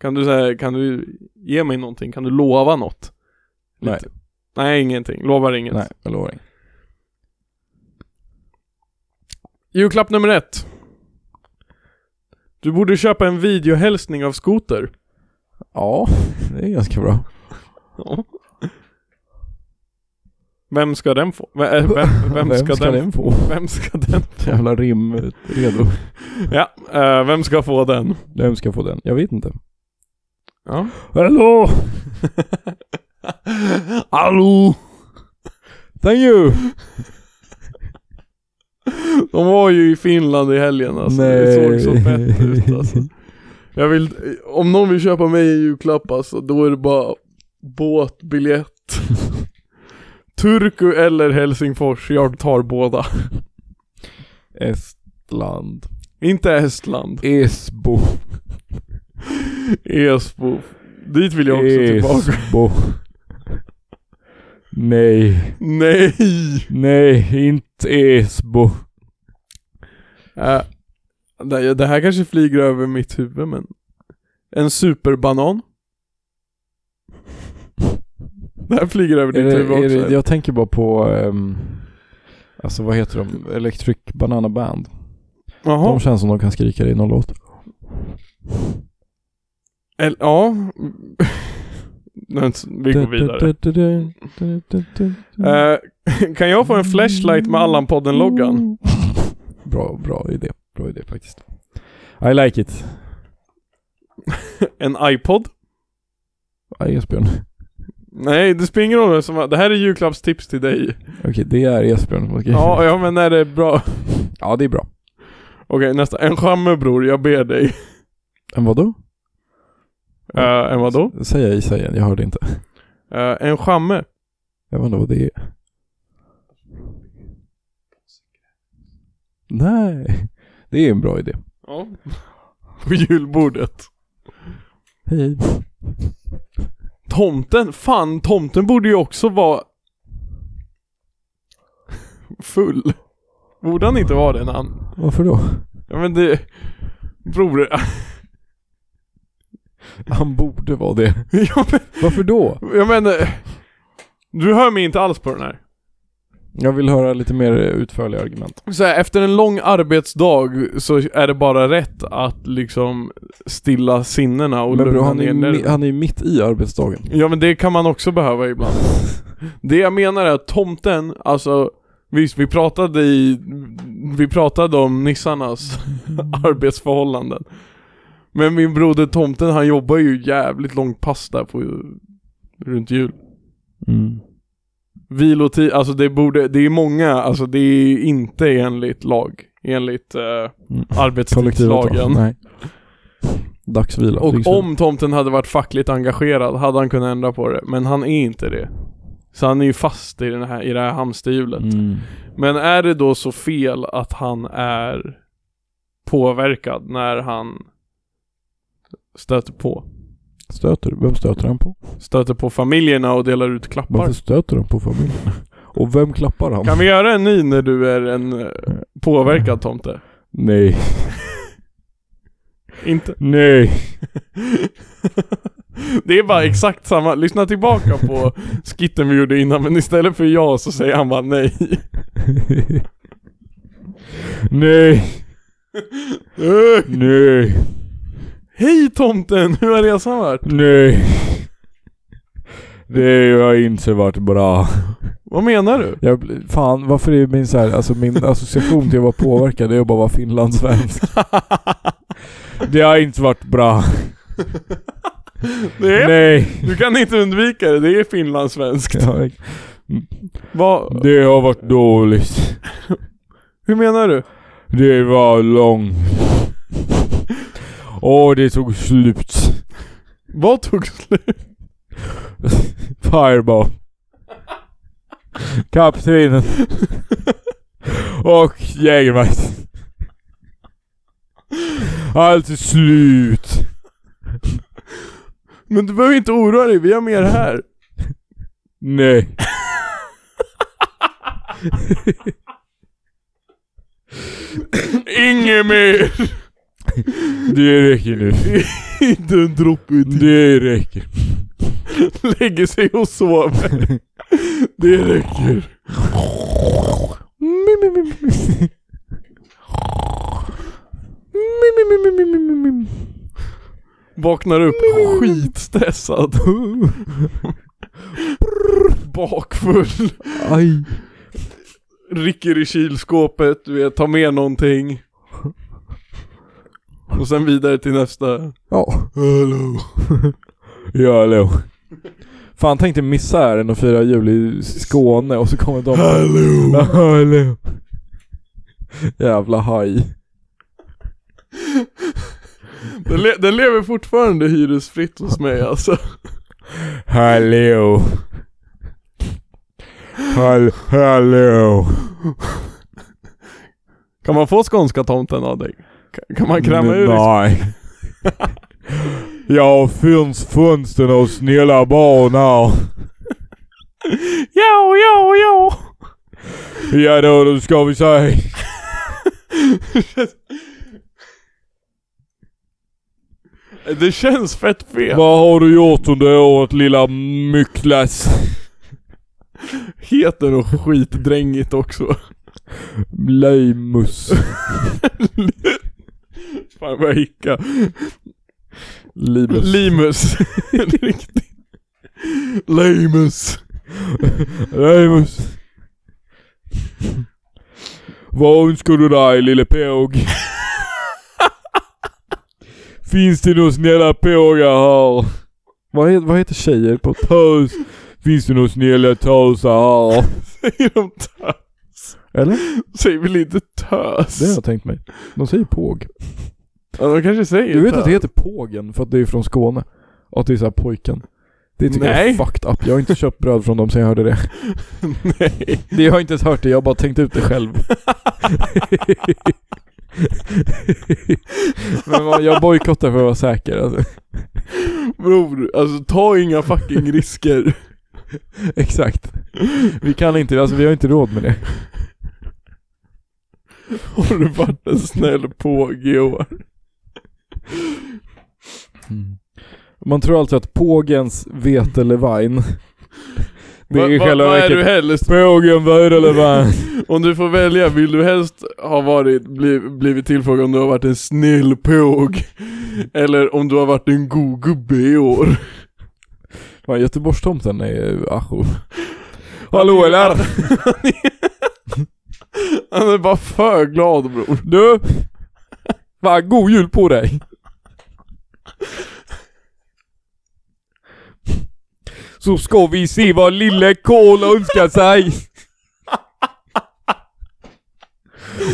Kan du säga, kan du ge mig någonting? Kan du lova något? Lite.
Nej.
Nej, ingenting. Lovar inget.
Nej, jag lovar inte.
Julklapp nummer ett. Du borde köpa en videohälsning av Skoter.
Ja, det är ganska bra.
Vem ska den få? Vem, vem, vem, ska, den,
få?
Vem ska den?
Jävla rim eh, redo.
Ja, eh, vem ska få den?
Vem ska få den? Jag vet inte.
Ja.
Hallå!
Hallå!
Thank you!
De var ju i Finland i helgen alltså. Det såg så fett ut alltså. Jag vill, om någon vill köpa mig en julklapp alltså, då är det bara båtbiljett. Turku eller Helsingfors, jag tar båda.
Estland.
Inte Estland.
Esbo.
Esbo. Dit vill jag också tillbaka.
Esbo. Nej.
Nej!
Nej, inte Esbo.
Äh, nej, det här kanske flyger över mitt huvud men... En superbanan? Det här flyger över
Är
ditt
det,
huvud
är det,
också.
jag tänker bara på... ehm, alltså vad heter de? Electric Banana Band.
Jaha.
De känns som de kan skrika det i någon låt.
Eller, ja. Nej, Vi går vidare. Eh, kan jag få en flashlight med Allan-podden-loggan?
Bra, bra idé. Bra idé faktiskt. I like it.
En iPod?
Aj, Esbjörn.
Nej, det spelar ingen roll. som- Det här är julklappstips till dig.
Okej, det är Esbjörn som har skrivit.
Ja, ja men är det bra?
ja, det är bra.
Okej, nästa. En chamme bror, jag ber dig.
Men vadå?
Uh, en vadå?
Säg i, säg igen. Jag hörde inte.
Eh, en chamme.
Jag vet inte vad det är. Nej, det är en bra idé.
Ja. På julbordet.
Hej.
Tomten, fan tomten borde ju också vara full. Borde han inte vara det när han...
Varför då?
Ja men det... Bror,
Han borde vara det.
jag, men,
Varför då?
jag menar... Du hör mig inte alls på den här.
Jag vill höra lite mer utförliga argument.
Så här, efter en lång arbetsdag så är det bara rätt att liksom stilla sinnena och
Men bro,
lugna
han, är,
ner
mi-
nerverna.
han är ju mitt i arbetsdagen.
Ja men det kan man också behöva ibland. Det jag menar är att tomten, alltså Visst, vi pratade i, vi pratade om nissarnas arbetsförhållanden. Men min broder tomten han jobbar ju jävligt långt pass där på, runt jul.
Mm.
Vilotid, alltså det borde, det är många, alltså det är inte enligt lag, enligt eh, arbetstidslagen.
Nej. Dagsvila.
Och
Dygnsvila.
om tomten hade varit fackligt engagerad hade han kunnat ändra på det, men han är inte det. Så han är ju fast i, den här, i det här hamsterhjulet.
Mm.
Men är det då så fel att han är påverkad när han stöter på?
Stöter Vem stöter han på?
Stöter på familjerna och delar ut klappar?
Varför stöter han på familjen? Och vem klappar han?
Kan vi göra en ny när du är en eh, påverkad tomte?
Nej.
Inte?
Nej.
Det är bara exakt samma, lyssna tillbaka på skitten vi gjorde innan men istället för ja så säger han bara nej.
Nej.
Eh,
Nej.
Hej tomten, hur har resan varit?
Nej. Det har inte varit bra.
Vad menar du?
Jag, blir- fan, varför är min så här, alltså min association till att vara påverkad är att bara vara finlandssvensk. Det har inte varit bra.
Det är,
Nej.
du kan inte undvika det, det är finlandssvenskt.
Ja,
Vad-
Det har varit dåligt.
hur menar du?
Det var långt. Och det tog slut.
Vad tog slut?
Fireball. Kaptenen. Och Jägermeister. Allt är slut.
Men du behöver inte oroa dig, vi har mer här.
Nej.
Inget mer!
Det räcker nu.
inte en droppe ut.
Det räcker.
Lägger sig och sover. det räcker. Vaknar upp skitstressad. Bakfull.
Aj.
Rycker i kylskåpet, du vet, tar med någonting. Och sen vidare till nästa.
Ja. Hallå. ja, hallå. Fan, tänk dig misären och fira jul i Skåne och så kommer de... Hallå. hallå. Jävla haj.
Den, le- den lever fortfarande hyresfritt hos mig alltså.
Hallå. Hall hallå.
Kan man få skånska tomten av dig? Ka- Kan man kräma
Mm,
ur dig?
Nej. Jag finns fönstren och snälla barn här.
Ja, ja, ja!
Ja då, då ska vi se.
Det känns fett fel.
Vad har du gjort under året lilla mycklas?
Heter och skitdrängigt också.
Limus.
Fan vad jag hickar.
Limus.
Limus. Riktigt. Limus.
Limus. Vad önskar du dig lille påg? Finns det några snälla pågar här? Vad, he- vad heter tjejer på tös?
Finns det några snälla tösar här?
Säger de tös?
Eller?
Säger väl inte tös?
Det har jag tänkt mig. De säger påg.
Ja, de kanske säger
Du vet
tös.
att det heter pågen för att det är från Skåne? Och att det är såhär pojken. Det tycker jag
Nej.
är fucked up. Jag har inte köpt bröd från dem sen jag hörde det.
Nej.
det jag har inte ens hört det, jag har bara tänkt ut det själv. Men vad- jag bojkottar för att vara säker alltså.
Bror, alltså ta inga fucking risker.
Exakt. Vi kan inte, alltså vi har inte råd med det.
Har du varit en snäll påg i år? Mm.
Man tror alltså att pågens vetelevin Det
Va-
är i
va-
själva
vad är
verket
du helst?
Pågen vetelevin
Om du får välja, vill du helst ha varit, bli, blivit tillfrågad om du har varit en snäll påg? Eller om du har varit en god gubbe i år?
Fan, Göteborgstomten är eh, ajo. Hallå eller?
Han är bara för glad bror.
Du! Fan, god jul på dig!
Så ska vi se vad lille Karl önskar sig.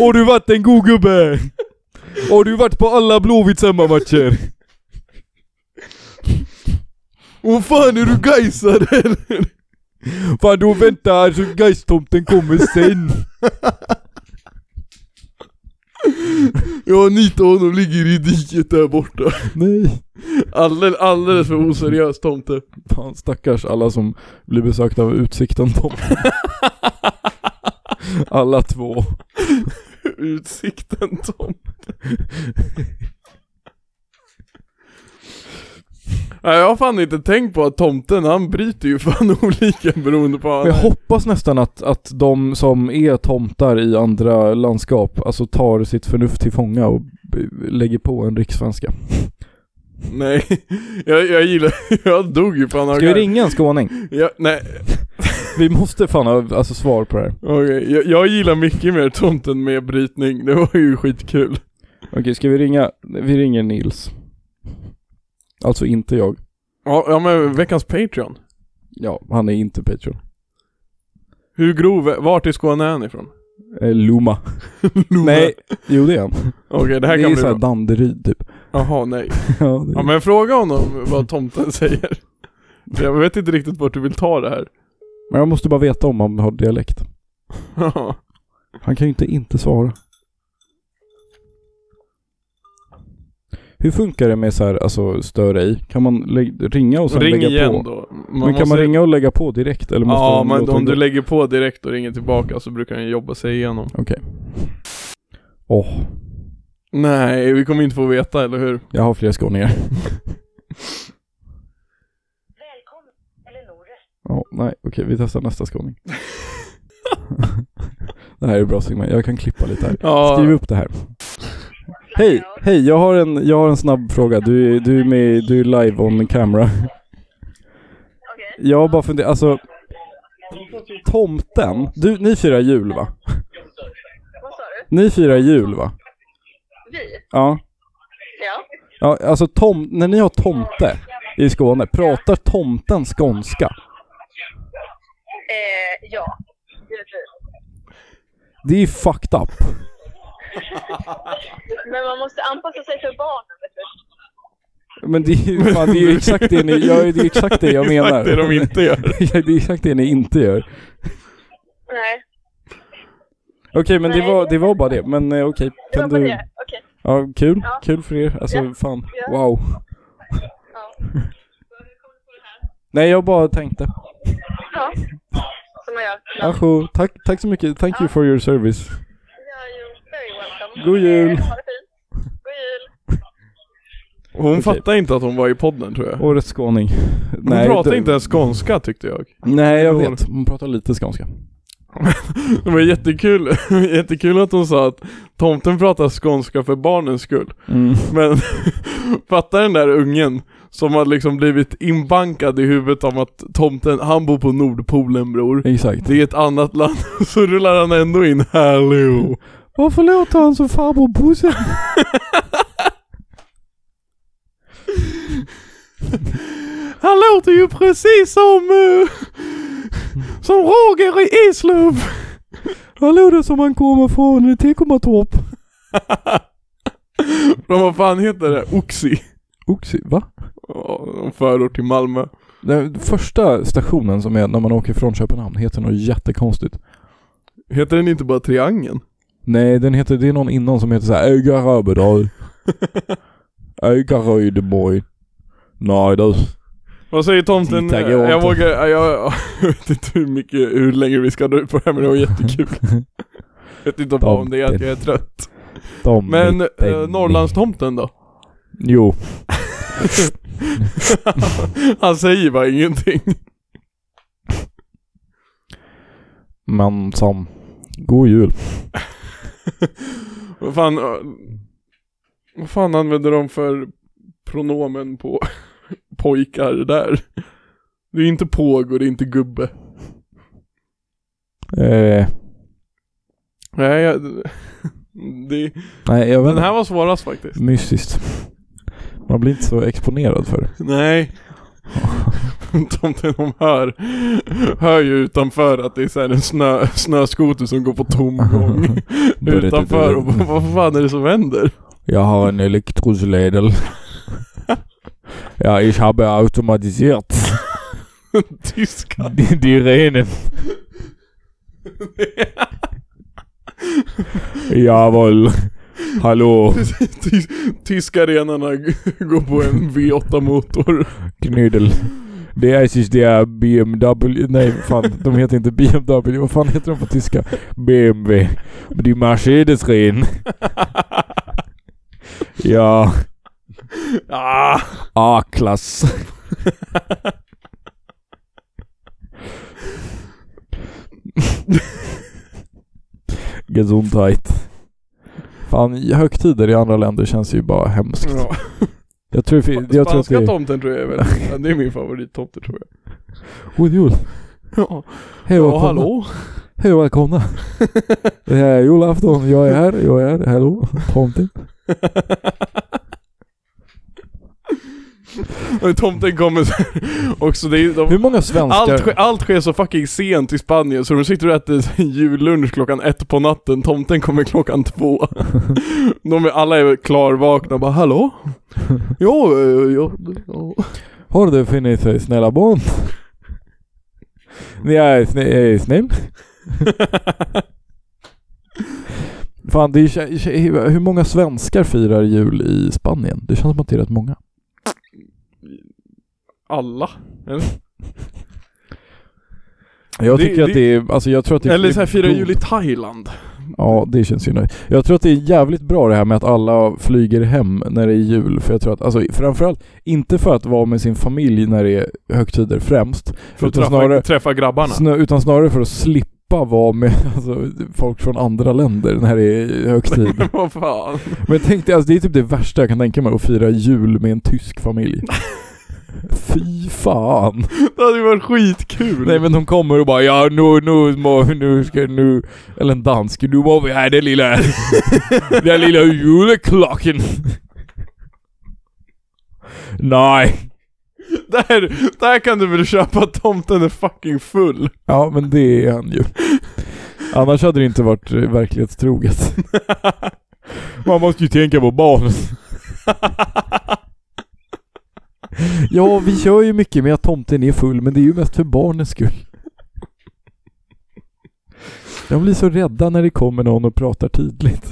Har du varit en god gubbe? Har du varit på alla Blåvitts hemmamatcher?
Åh fan är du gaisad eller?
Fan då vänta alltså Gaistomten kommer sen.
Jag nitar honom, ligger i diket där borta.
Nej!
Alldeles, alldeles för oseriös tomte.
Fan stackars alla som blir besökta av utsikten tomten. Alla två.
Utsikten tomte. Nej, jag har fan inte tänkt på att tomten han bryter ju fan olika beroende på vad
Men jag
han är.
hoppas nästan att, att de som är tomtar i andra landskap, alltså tar sitt förnuft till fånga och b- lägger på en rikssvenska.
Nej, jag, jag gillar, jag dog ju fan av
Ska vi
garv.
ringa en skåning?
jag, Nej,
Vi måste fan ha alltså, svar på det här.
okej, jag, jag gillar mycket mer tomten med brytning, det var ju skitkul
Okej, ska vi ringa? Vi ringer Nils. Alltså inte jag.
Ja, ja men veckans Patreon,
Ja, han är inte Patreon.
hur grov, vart i Skåne är han ifrån?
Eh, Luma. Nej, jo det är han.
Okej, det här
Det
kan
är
bli
såhär
bra
Danderyd typ.
Jaha, nej
Ja, det
Ja
är.
men fråga honom vad tomten säger. Jag vet inte riktigt vart du vill ta det här.
Men jag måste bara veta om han har dialekt. Han kan ju inte inte svara. Hur funkar det med så här, alltså stör ej? Kan man lä- ringa och sen
Ring
lägga
igen
på?
då. Man
men kan man ringa och lägga på direkt eller måste
Ja
de
men
låta
om
det
du
gå?
lägger på direkt och ringer tillbaka så brukar den jobba sig igenom.
Okej. Åh,
Nej, vi kommer inte få veta, eller hur?
jag har fler skåningar.
Välkommen, Eleonor
Ja, nej okej vi testar nästa skåning. det här är ett bra segment, jag kan klippa lite här.
Ja,
Skriv upp det här. Hej, hej, jag har en, jag har en snabb fråga. Du, är- du är med, du är live on camera. Jag har bara funderat, alltså Tomten, du, ni firar jul va?
Vad sa du?
Ni firar jul va?
Vi?
Ja.
Ja.
ja alltså tom, när ni har tomte i Skåne, pratar tomten skånska?
Eh, ja. Givetvis.
Det är fucked up.
Men man måste anpassa sig för barnen. vet du.
Men det är ju, fan, det är ju exakt det ni, ja, det är ju exakt det jag menar.
exakt det de inte gör.
Ja, det är exakt det ni inte gör.
Nej,
Okej, men det var, det var bara det. Men eh, okej,
det var
kan
bara
du...
det. Okej.
Ja, kul.
Ja.
Kul för er. Alltså,
Ja.
fan.
Ja.
Wow.
Ja. Hur kom du på det här?
Nej, jag bara tänkte.
Ja. Som man gör. Ja,
Ajo, tack, tack så mycket. Thank you for your service.
you're very welcome.
God jul.
Eh, Ha det fint. God jul.
Hon fattar inte att hon var i podden tror jag. Hon
Årets skåning.
pratar
du-
inte ens skånska tyckte jag.
Nej, jag
Hon-
vet. Hon pratar lite skånska.
Det var jättekul, jättekul att hon sa att tomten pratar skånska för barnens skull.
Mm.
Men fatta den där ungen som har liksom blivit inbankad i huvudet om att tomten, han bor på nordpolen bror.
Exakt.
Det är ett annat land, så rullar han ändå in hallå.
Varför låter han som farbror Bosse?
Han låter ju precis som eh, Som Roger i Eslöv!
Hallå där som man kommer från Teckomatorp.
De vad fan heter det? Oxy.
Oxy, va?
Ja, en förort till Malmö.
Den första stationen som är när man åker från Köpenhamn heter något jättekonstigt.
Heter den inte bara Triangeln?
Nej, den heter, det är någon innan som heter såhär Ögaröbedal. Ögarödeborg. Nej du.
Vad säger tomten?
Titta, gå
jag
inte.
vågar, jag, jag, jag vet inte hur mycket, hur länge vi ska dra ut på det här men det var jättekul. jag vet inte bara om det är att jag är trött.
De
Men
mitten
eh,
i-
Norrlandstomten då?
Jo.
Han säger bara ingenting.
Men som. God jul.
Vad fan, eh, vad fan använder de för pronomen på pojkar där? Det är inte påg och det är inte gubbe.
Eh,
Nej, jag, det,
nej, jag vet
den
inte.
här var svårast faktiskt.
Mystiskt. Man blir inte så exponerad för det.
Nej. Tomten de hör, hör ju utanför att det är så här en snö, snöskoter som går på tomgång utanför och bara, vad fan är det som händer?
Jag har en elektrosledel. ja, ich habe automatisiert.
Tyskar.
Die, die Rene. Jawohl. Hallå,
Ty, tyska renarna g- går på en V8-motor.
knödel. Det är just det är BMW. Nej, fan. De heter inte BMW. Vad fan heter de på tyska? BMW. Men det är Mercedes ren. Ja,
Ah,
A-klass. Gesundheit. Fan, högtider i andra länder känns ju bara hemskt.
ja.
Jag tror, fi- jag tror att
Spanska
det
tomten tror jag är väldigt, ja, det är min favorittomte tror jag.
God jul!
Ja,
Oh, Hej och
ja
välkomna!
hallå?
Hej och välkomna! Det här är julafton, jag är här, jag är här, hallå, tomten.
Och tomten kommer så här, också, det är, de,
Hur många
Allt, ske-
svenskar...
allt sker så fucking sent i Spanien så de sitter och äter jullunch klockan ett på natten, tomten kommer klockan två. De är, alla är klarvakna och bara hallå? Jo, eh, ja, ja.
Har du funnit sig snälla barn? Ni är, sn- är snäll. Fan, det är, kä- kä- hur många svenskar firar jul i Spanien? Det känns som att det är rätt många.
Alla?
Jag
Det-
tycker att
det-
det är, alltså jag tror att det är...
Eller så här firar jul i Thailand.
Ja, det känns ju nöjt. Jag tror att det är jävligt bra det här med att alla flyger hem när det är jul. För jag tror att, alltså framförallt, inte för att vara med sin familj när det är högtider främst.
För att
Utan
träffa,
snarare-
träffa grabbarna.
Snö, utan snarare för att slippa vara med alltså, folk från andra länder när det är högtid.
Vad fan.
Men tänk dig, alltså, det är typ det värsta jag kan tänka mig, att fira jul med en tysk familj. Fy fan.
Det hade ju varit skitkul.
Nej men de kommer och bara ja nu, nu, må, nu ska nu, eller en dansk, nu må vi ha den lilla, den lilla juleklockan. Nej.
Där, där kan du väl köpa att tomten är fucking full.
Ja men det är han ju. Annars hade det inte varit eh, verklighetstroget. Man måste ju tänka på barnen. Ja, vi kör ju mycket med att tomten är full, men det är ju mest för barnens skull. De blir så rädda när det kommer någon och pratar tydligt.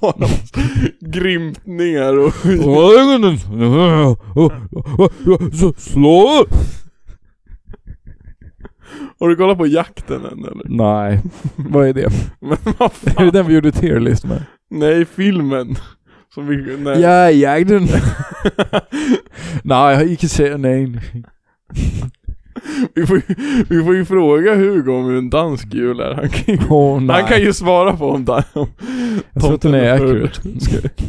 Bara grimtningar och
Slå!
Har du kollat på jakten än eller?
Nej, vad är det?
Men vad
Är det
fan?
den vi gjorde tier list med?
Nej, filmen. Som vi, nej.
Ja, jag den. Nej, jag gick och säger nej.
Vi, får, ju- vi får ju fråga Hugo om hur en dansk jul är. Han kan ju,
Åh nej.
han kan ju svara på om det. Om
jag tror att den
tomten
är
är full.
accurate.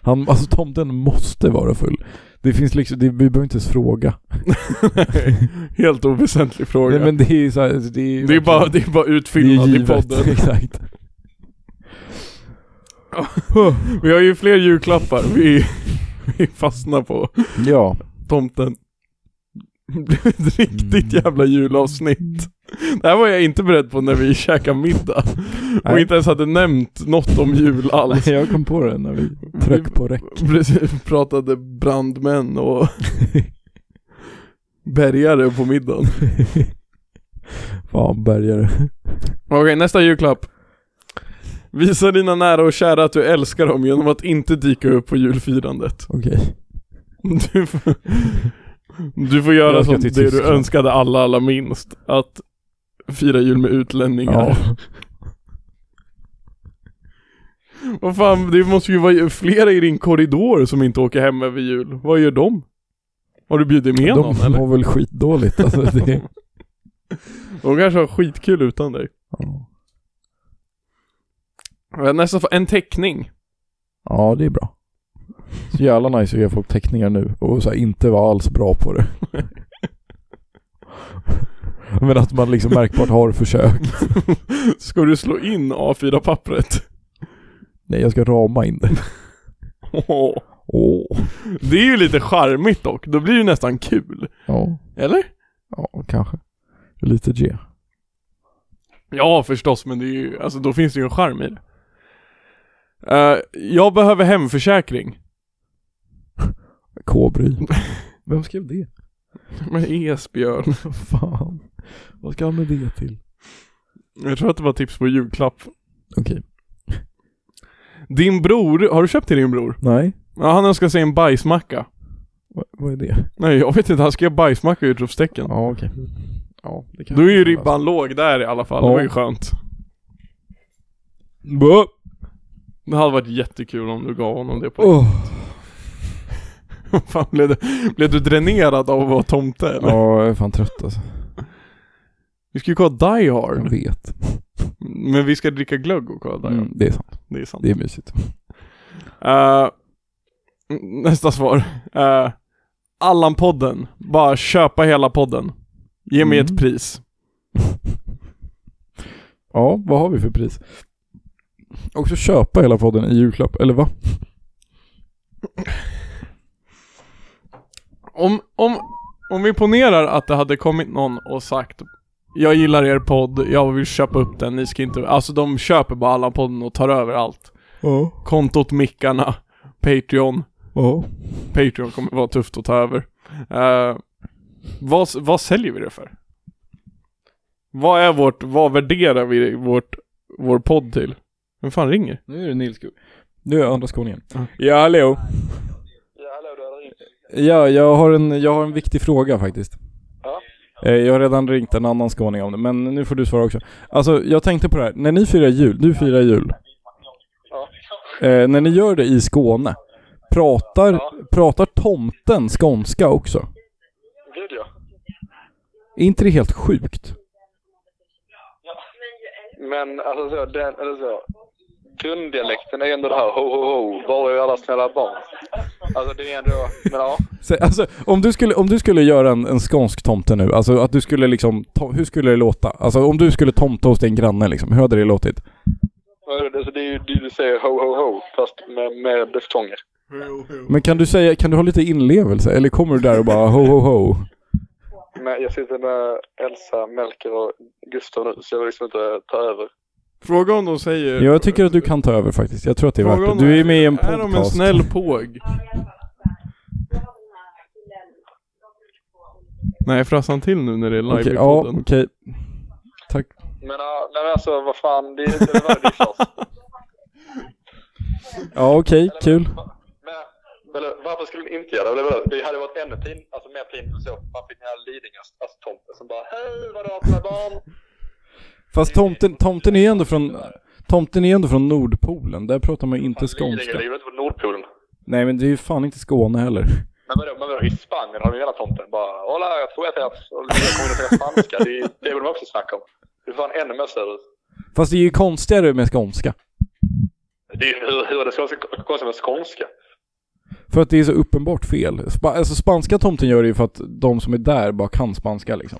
Han, alltså tomten måste vara full. Det finns liksom, det, vi behöver inte ens fråga.
helt oväsentlig fråga.
Nej men det är ju så här, det är ju
det, är bara,
verkligen-
det är bara
det är
utfyllnad i
givet.
podden.
Exakt.
Vi har ju fler julklappar, vi, vi fastnar på
Ja.
tomten. Det blev ett riktigt
Mm.
jävla julavsnitt. Det här var jag inte beredd på när vi käkade middag. Och
Nej.
inte ens hade nämnt något om jul alls.
Jag kom på det när vi tryckte på räck.
Precis, pratade brandmän och bärgare på middagen.
Fan bergare.
Okej, nästa julklapp. Visa dina nära och kära att du älskar dem genom att inte dyka upp på julfirandet.
Okej.
Du får, du får göra
Jag ska
som det
till
du
Tyskland.
önskade alla allra minst. Att fira jul med utlänningar.
Ja.
Vad fan, det måste ju vara flera i din korridor som inte åker hem över jul. Vad gör de? Har du bjudit med någon
De
eller?
mår väl skitdåligt alltså. Det,
De kanske har skitkul utan dig.
ja.
Eh, Nästa, fa- en teckning.
ja, det är bra. Så jävla nice att ge folk teckningar nu och så här, inte vara alls bra på det. Men att man liksom märkbart har försökt.
Ska du slå in A4-pappret?
Nej, jag ska rama in det.
Åh.
Åh.
Det är ju lite charmigt dock, då blir det ju nästan kul.
Ja.
Eller?
ja, kanske. Lite G.
Ja förstås, men det är ju, alltså då finns det ju en charm i det. Eh, jag behöver hemförsäkring.
K-bry. Vem skrev det?
Men Esbjörn.
Fan. Vad ska han med det till?
Jag tror att det var tips på julklapp.
Okej.
Din bror, har du köpt till din bror?
Nej.
Ja, han önskar sig en bajsmacka.
Vad, vad är det?
Nej, jag vet inte, han skrev bajsmacka i utropstecken.
Ja, okej. Ja, det kan
Då är ju ribban låg där i alla fall, det
Ja.
var ju skönt.
Bå.
Det hade varit jättekul om du gav honom det på
Åh.
Fan, blev, du, blev du dränerad av att vara tomte eller?
Oh. Ja, jag är fan trött alltså.
Vi ska ju kolla Die
Jag
Hard.
vet.
Men vi ska dricka glögg och kolla Die Hard.
Mm, det är sant.
Det är sant.
Det är mysigt.
Eh, nästa svar. Eh, Allan-podden. Bara köpa hela podden. Ge mig
Mm.
ett pris.
Ja, vad har vi för pris? Också köpa hela podden i julklapp, eller va?
Om, om, om vi ponerar att det hade kommit någon och sagt Jag gillar er podd, jag vill köpa upp den, ni ska inte... Alltså de köper bara Allan-podden och tar över allt.
Ja.
Kontot Mickarna, Patreon.
Ja.
Patreon kommer vara tufft att ta över. Eh, vad, vad säljer vi det för? Vad är vårt, vad värderar vi vårt, vår podd till? Vem fan ringer?
Nu är det Nils Gu- Nu är andra skåningen.
Ja hallå.
Ja, hallå, du hade ringt.
Ja, jag har, en, jag har en viktig fråga faktiskt.
Ja.
Eh, Jag har redan ringt en annan skåning om det, men nu får du svara också. Alltså, jag tänkte på det här. När ni firar jul, du firar jul.
Ja.
Eh, när ni gör det i Skåne, pratar,
Ja.
pratar tomten skånska också?
Gud ja.
Är inte det helt sjukt?
Men alltså så, den, eller så. Grunddialekten är ju ändå det här ho ho ho, var är alla snälla barn? Alltså det är ändå, men ja.
Så, alltså, om du skulle, om du skulle göra en, en skånsk tomte nu, alltså att du skulle liksom, to- hur skulle det låta? Alltså om du skulle tomta hos din granne liksom, hur hade det låtit?
Alltså det är ju det du säger ho ho ho, fast med, med diftonger.
Men kan du säga, kan du ha lite inlevelse? Eller kommer du där och bara ho ho ho?
Men jag sitter med Elsa, Melker och Gustav nu, så jag vill liksom inte ta över.
Fråga om de säger...
Jag tycker att du kan ta över faktiskt, jag tror att det är värt det. Du är med i en
Är de en
podcast.
snäll påg? Nej, frös han till nu när det är live
Okej,
i
ja,
podden?
okej. Tack.
Men ja, nej men alltså vad fan, det är det var ju först.
Ja, okej, kul.
Men, eller varför skulle ni inte göra det? Eller, Det hade varit ännu pin, alltså mer pinsamt än så. Man fick den här Lidingös alltså, tomten som bara hej, vadå alla barn?
Fast tomten, tomten är ju ändå från, tomten är ändå från Nordpolen, där pratar man ju inte
Lidingö
skånska.
ligger väl inte på Nordpolen?
Nej men det är ju fan inte Skåne heller.
Men vadå, men vadå, i Spanien har de ju hela tomten. Bara hola, jag tror att jag och jag kommer att säga spanska. Det, är- det vill de också snacka om. Det är fan ännu mer söderut.
Fast det är ju konstigare med skånska.
Det är, hur, hur är det skånska, konstigt med skånska?
För att det är så uppenbart fel. Spa- alltså spanska tomten gör det ju för att de som är där bara kan spanska liksom.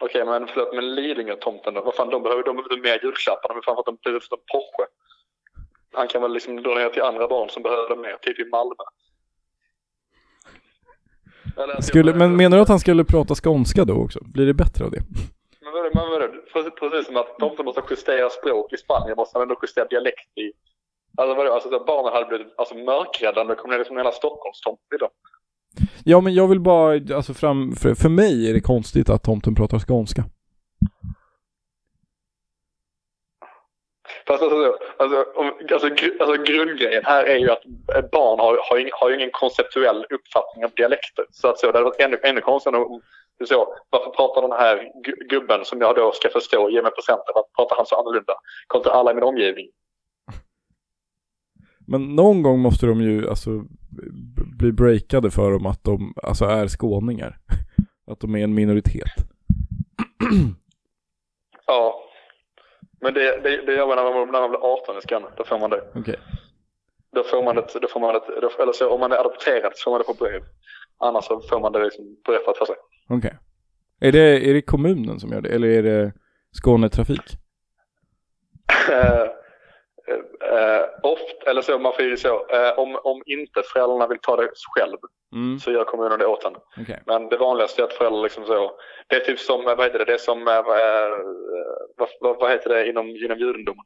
Okej, men förlåt, men Lidingö-tomten då? Vad fan, de behöver, de behöver mer julklappar. De har fan fått en bil en Porsche. Han kan väl liksom donera till andra barn som behöver det mer, typ i Malmö. Eller, typ-
Skulle, men menar du att han skulle prata skånska då också? Blir det bättre av det?
Men vadå, men vadå? Precis, precis som att tomten måste justera språk i Spanien måste han ändå justera dialekt i... Alltså vadå, alltså, så att barnen hade blivit alltså, mörkrädda om det kom ner liksom hela Stockholmstomten idag.
Ja men jag vill bara, alltså fram, för, för mig är det konstigt att tomten pratar skånska.
Fast alltså, alltså, om, alltså, gr, alltså grundgrejen här är ju att barn har, har, ing, har ju ingen konceptuell uppfattning av dialekter. Så att så, det hade varit ännu, ännu konstigare om det är så, varför pratar den här gu- gubben som jag då ska förstå och ge mig presenter, varför pratar han så annorlunda? Kontra alla i min omgivning.
Men någon gång måste de ju alltså b- bli breakade för dem att de alltså är skåningar. Att de är en minoritet.
Ja. Men det, det, det gör man när man, när man blir 18 i Skåne, då får man det.
Okej.
Då får man det, då får man det, då, eller så om man är adopterad så får man det på brev. Annars så får man det liksom berättat för sig.
Okej. Är, det, är det kommunen som gör det? Eller är det Skånetrafik?
Eh, eh, oft, eller så, man får ju så, eh, om, om inte föräldrarna vill ta det själv
Mm,
så gör kommunen det åt en.
okej.
Men det vanligaste är att föräldrar liksom så, det är typ som, eh, vad heter det, det är som, eh, eh, vad, vad, vad heter det inom, inom judendomen?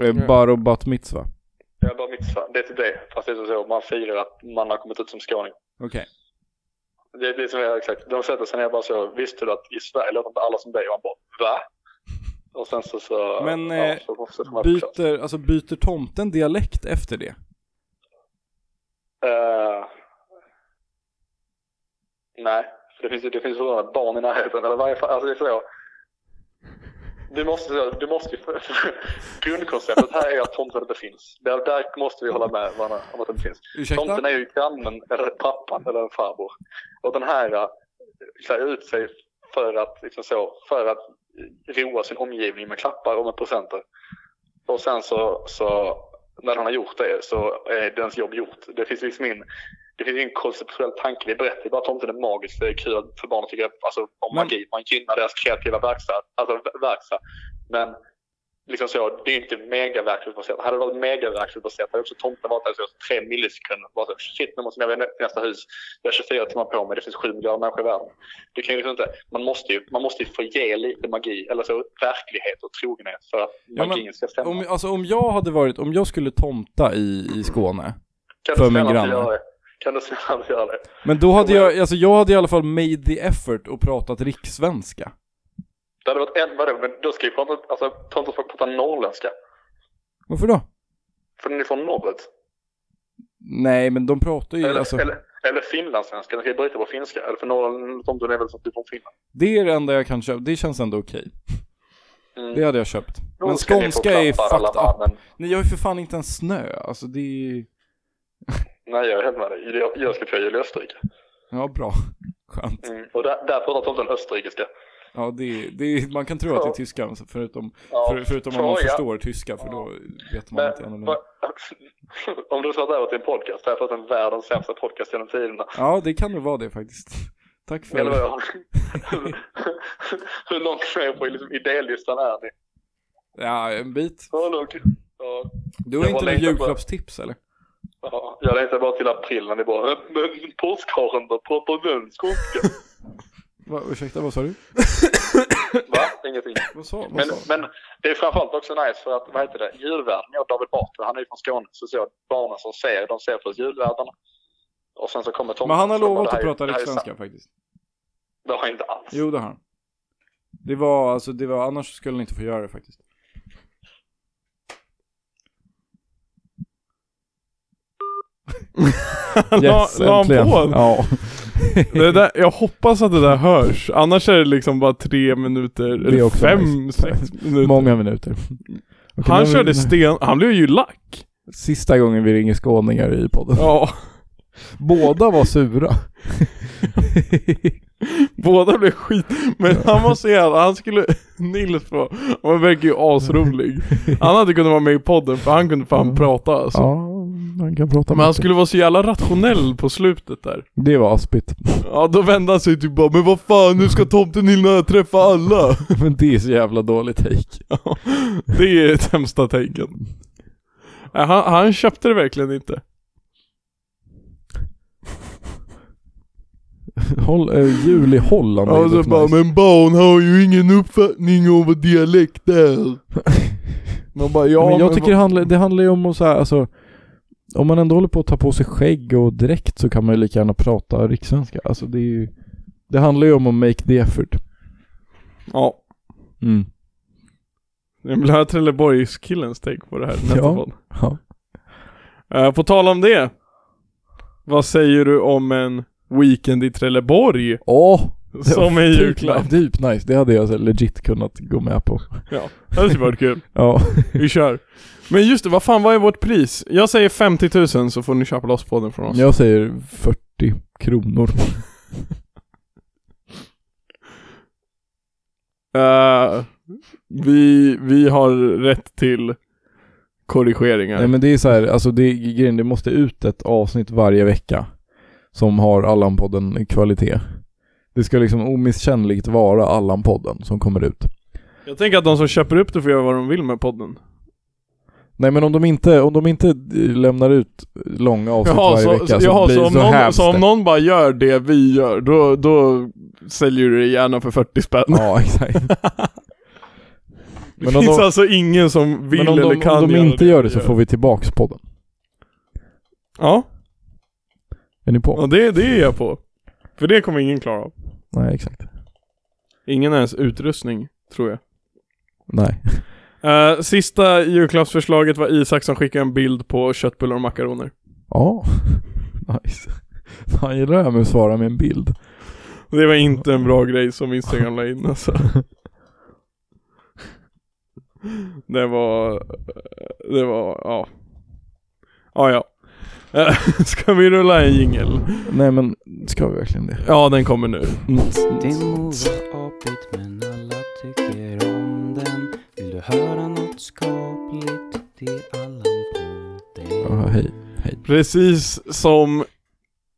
Eh, Bar och bat mitzva.
Det är bara mitt, det är typ det, fast det är så, man firar att man har kommit ut som skåning.
Okej.
Det är det som är exakt. De sätter sig ner bara så. Visste du att i Sverige låter inte alla som dig? Och han bara va? Och sen så så.
Men,
ja,
eh,
så fortsätter man förklara.
Byter, alltså byter tomten dialekt efter det?
Eh, nej, för det finns ju det finns fortfarande barn i närheten. Eller varje fall, alltså det är så. Du måste, så- du måste ju, grundkonceptet här är att tomten inte finns. Där, där måste vi hålla med varandra om att den finns. Tomten är ju grannen eller pappan eller en farbror. Och den här eh, klär ut sig för att, liksom så, för att roa sin omgivning med klappar och med presenter. Och sen så, så när han har gjort det så är dens jobb gjort. Det finns liksom ingen, det finns ingen konceptuell tanke. Det berättar ju bara att tomten är magisk. Det är eh, kul att- för barn att tycka alltså, om
Men-
magi. Man gynnar deras kreativa verkstad. Alltså, ver- verkstad. Men liksom så, det är ju inte megaverklighetsbaserat. Hade det varit megaverklighetsbaserat hade också tomten varit där så tre millisekunder. Bara så, shit, nu måste jag vända till nästa hus. Jag har 24 timmar på mig. Det finns 7 miljarder människor i världen. Du kan ju liksom inte, man, måste ju, man måste ju få ge lite magi, eller så verklighet och trogenhet för att
Ja, men
magin ska stämma.
Om, alltså om jag hade varit, om jag skulle tomta i, i Skåne
kan
för
du
min
snälla inte
granne.
göra det? Kan du snälla inte göra det?
Men då hade jag, alltså jag hade i alla fall made the effort och pratat rikssvenska.
Det hade varit en, vadå, men då ska ju prata, alltså tomten ska prata norrländska.
Varför då?
För den är från norrut.
Nej men de pratar ju
Eller,
alltså,
eller, eller finlandssvenska, den ska ju bryta på finska. Eller för norrland, tomten är väl som typ från Finland.
det är det enda jag kan köpa, det känns ändå okej.
Mm.
Det hade jag köpt.
Då
Men
ska ni få
skånska är
klappar alla
fucked up.
barnen.
Nej jag har ju för fan inte ens snö, alltså det är ju-
Nej, jag är helt med dig. Jag, jag ska få jul i Österrike.
ja bra. Skönt.
Mm. Och där, där pratar tomten österrikiska.
Ja det är, det är, man kan tro att det är tyska alltså, förutom,
Ja.
för, förutom om man
Fråga.
förstår tyska för då vet man
Men,
inte annorlunda.
vad- om du sa att det här var till en podcast, det här är en världens sämsta podcast genom tiderna.
Ja det kan nog vara det faktiskt. Tack för
Eller vad? Hur långt ner på liksom, idélistan är ni?
Ja, en bit.
Hur långt? Ja,
Du
Jag
har
var
inte några
längst upp.
julklappstips eller?
ja, jag längtar bara till april när ni bara "Men- men Påskharen då? Pratar den skånska?
Va, ursäkta, vad sa du?
Va? Ingenting.
Vad sa, vad
Men,
sa?
men det är framförallt också nice för att, vad heter det, julvärden, jag och David Batra, han är ju från Skåne, så så barnen som ser, de ser först julvärdarna. Och sen så kommer tomten.
Men han har
så bara,
lovat
det här
att
är-
prata
det här är
rikssvenska faktiskt.
sant. Det har jag inte alls.
Jo, det har han. Det var, alltså, det var, annars skulle han inte få göra det faktiskt.
la, la han på?
Ja.
Det där, jag hoppas att det där hörs, annars är det liksom bara tre minuter,
är
eller
också
fem,
nice.
sex minuter
Många minuter. Okej,
Han
nu-
körde sten, han blev ju lack
Sista gången vi ringer skåningar i podden.
Ja,
Båda var sura.
båda blev skit, men han var så jävla, han skulle, Nils var, han verkar ju asrolig Han hade kunnat vara med i podden för han kunde fan prata alltså
Ja, man kan prata
Men han
med
skulle vara så jävla rationell på slutet där
Det var aspigt.
Ja då vände han sig typ bara, men vad fan nu ska tomten hinna träffa alla
Men det är så jävla dålig take.
Det är sämsta taken Nej, Han, han köpte det verkligen inte.
Håll, äh, jul i Holland är
Och så
dock
bara,
nice.
men barn har ju ingen uppfattning om vad dialekt är. Man bara, ja
men jag
men
tycker
vad-
det handlar, det handlar ju om att så här, alltså om man ändå håller på att ta på sig skägg och dräkt så kan man ju lika gärna prata rikssvenska. Alltså det är ju, det handlar ju om att make the effort.
Ja.
Mm.
Jag vill höra Trelleborgskillens take på det här nästa
Ja.
podd.
Ja.
Eh, på tal om det. Vad säger du om en weekend i Trelleborg?
Åh! det var
Som en
typ
julklapp.
nice, Typ nice, det hade jag så här legit kunnat gå med på.
Ja, det hade ju varit kul.
Ja.
Vi kör. Men just det, vad fan vad är vårt pris? Jag säger 50 000 så får ni köpa loss podden från oss.
Jag säger 40 kronor.
Eh, vi, vi har rätt till korrigeringar.
Nej men det är så här, alltså det är grejen, det måste ut ett avsnitt varje vecka som har Allan-podden i kvalitet. Det ska liksom omisskännligt vara Allan-podden som kommer ut.
Jag tänker att de som köper upp det får göra vad de vill med podden.
Nej men om de inte, om de inte eh, lämnar ut långa avsnitt
Jaha,
varje
så,
vecka
så,
så,
jaha,
blir,
så,
så,
om, någon,
hävs
så om
det.
någon bara gör det vi gör, då, då säljer du det gärna för 40 spänn.
Ja exakt.
det
men om
finns
de-
alltså ingen som vill
men om de,
eller kan
om de
göra
inte gör det
vi
så får vi tillbaks podden.
Ja,
Är ni på?
och det, det är jag på. För det kommer ingen klara av.
Nej exakt.
Ingen ens utrustning, tror jag.
Nej.
Eh, sista julklappsförslaget var Isak som skickade en bild på köttbullar och makaroner.
Ja. nice. Fan gillar det här med att svara med en bild.
Det var inte en bra grej som Instagram la in alltså. Det var, det var, ja. Ja, ja. Eh, Ska vi rulla en jingel?
Nej men, ska vi verkligen det?
Ja, den kommer nu.
Det må vara apigt men alla tycker om den Vill du höra något skapligt? Det är Allan på dig
Ja, hej.
Precis som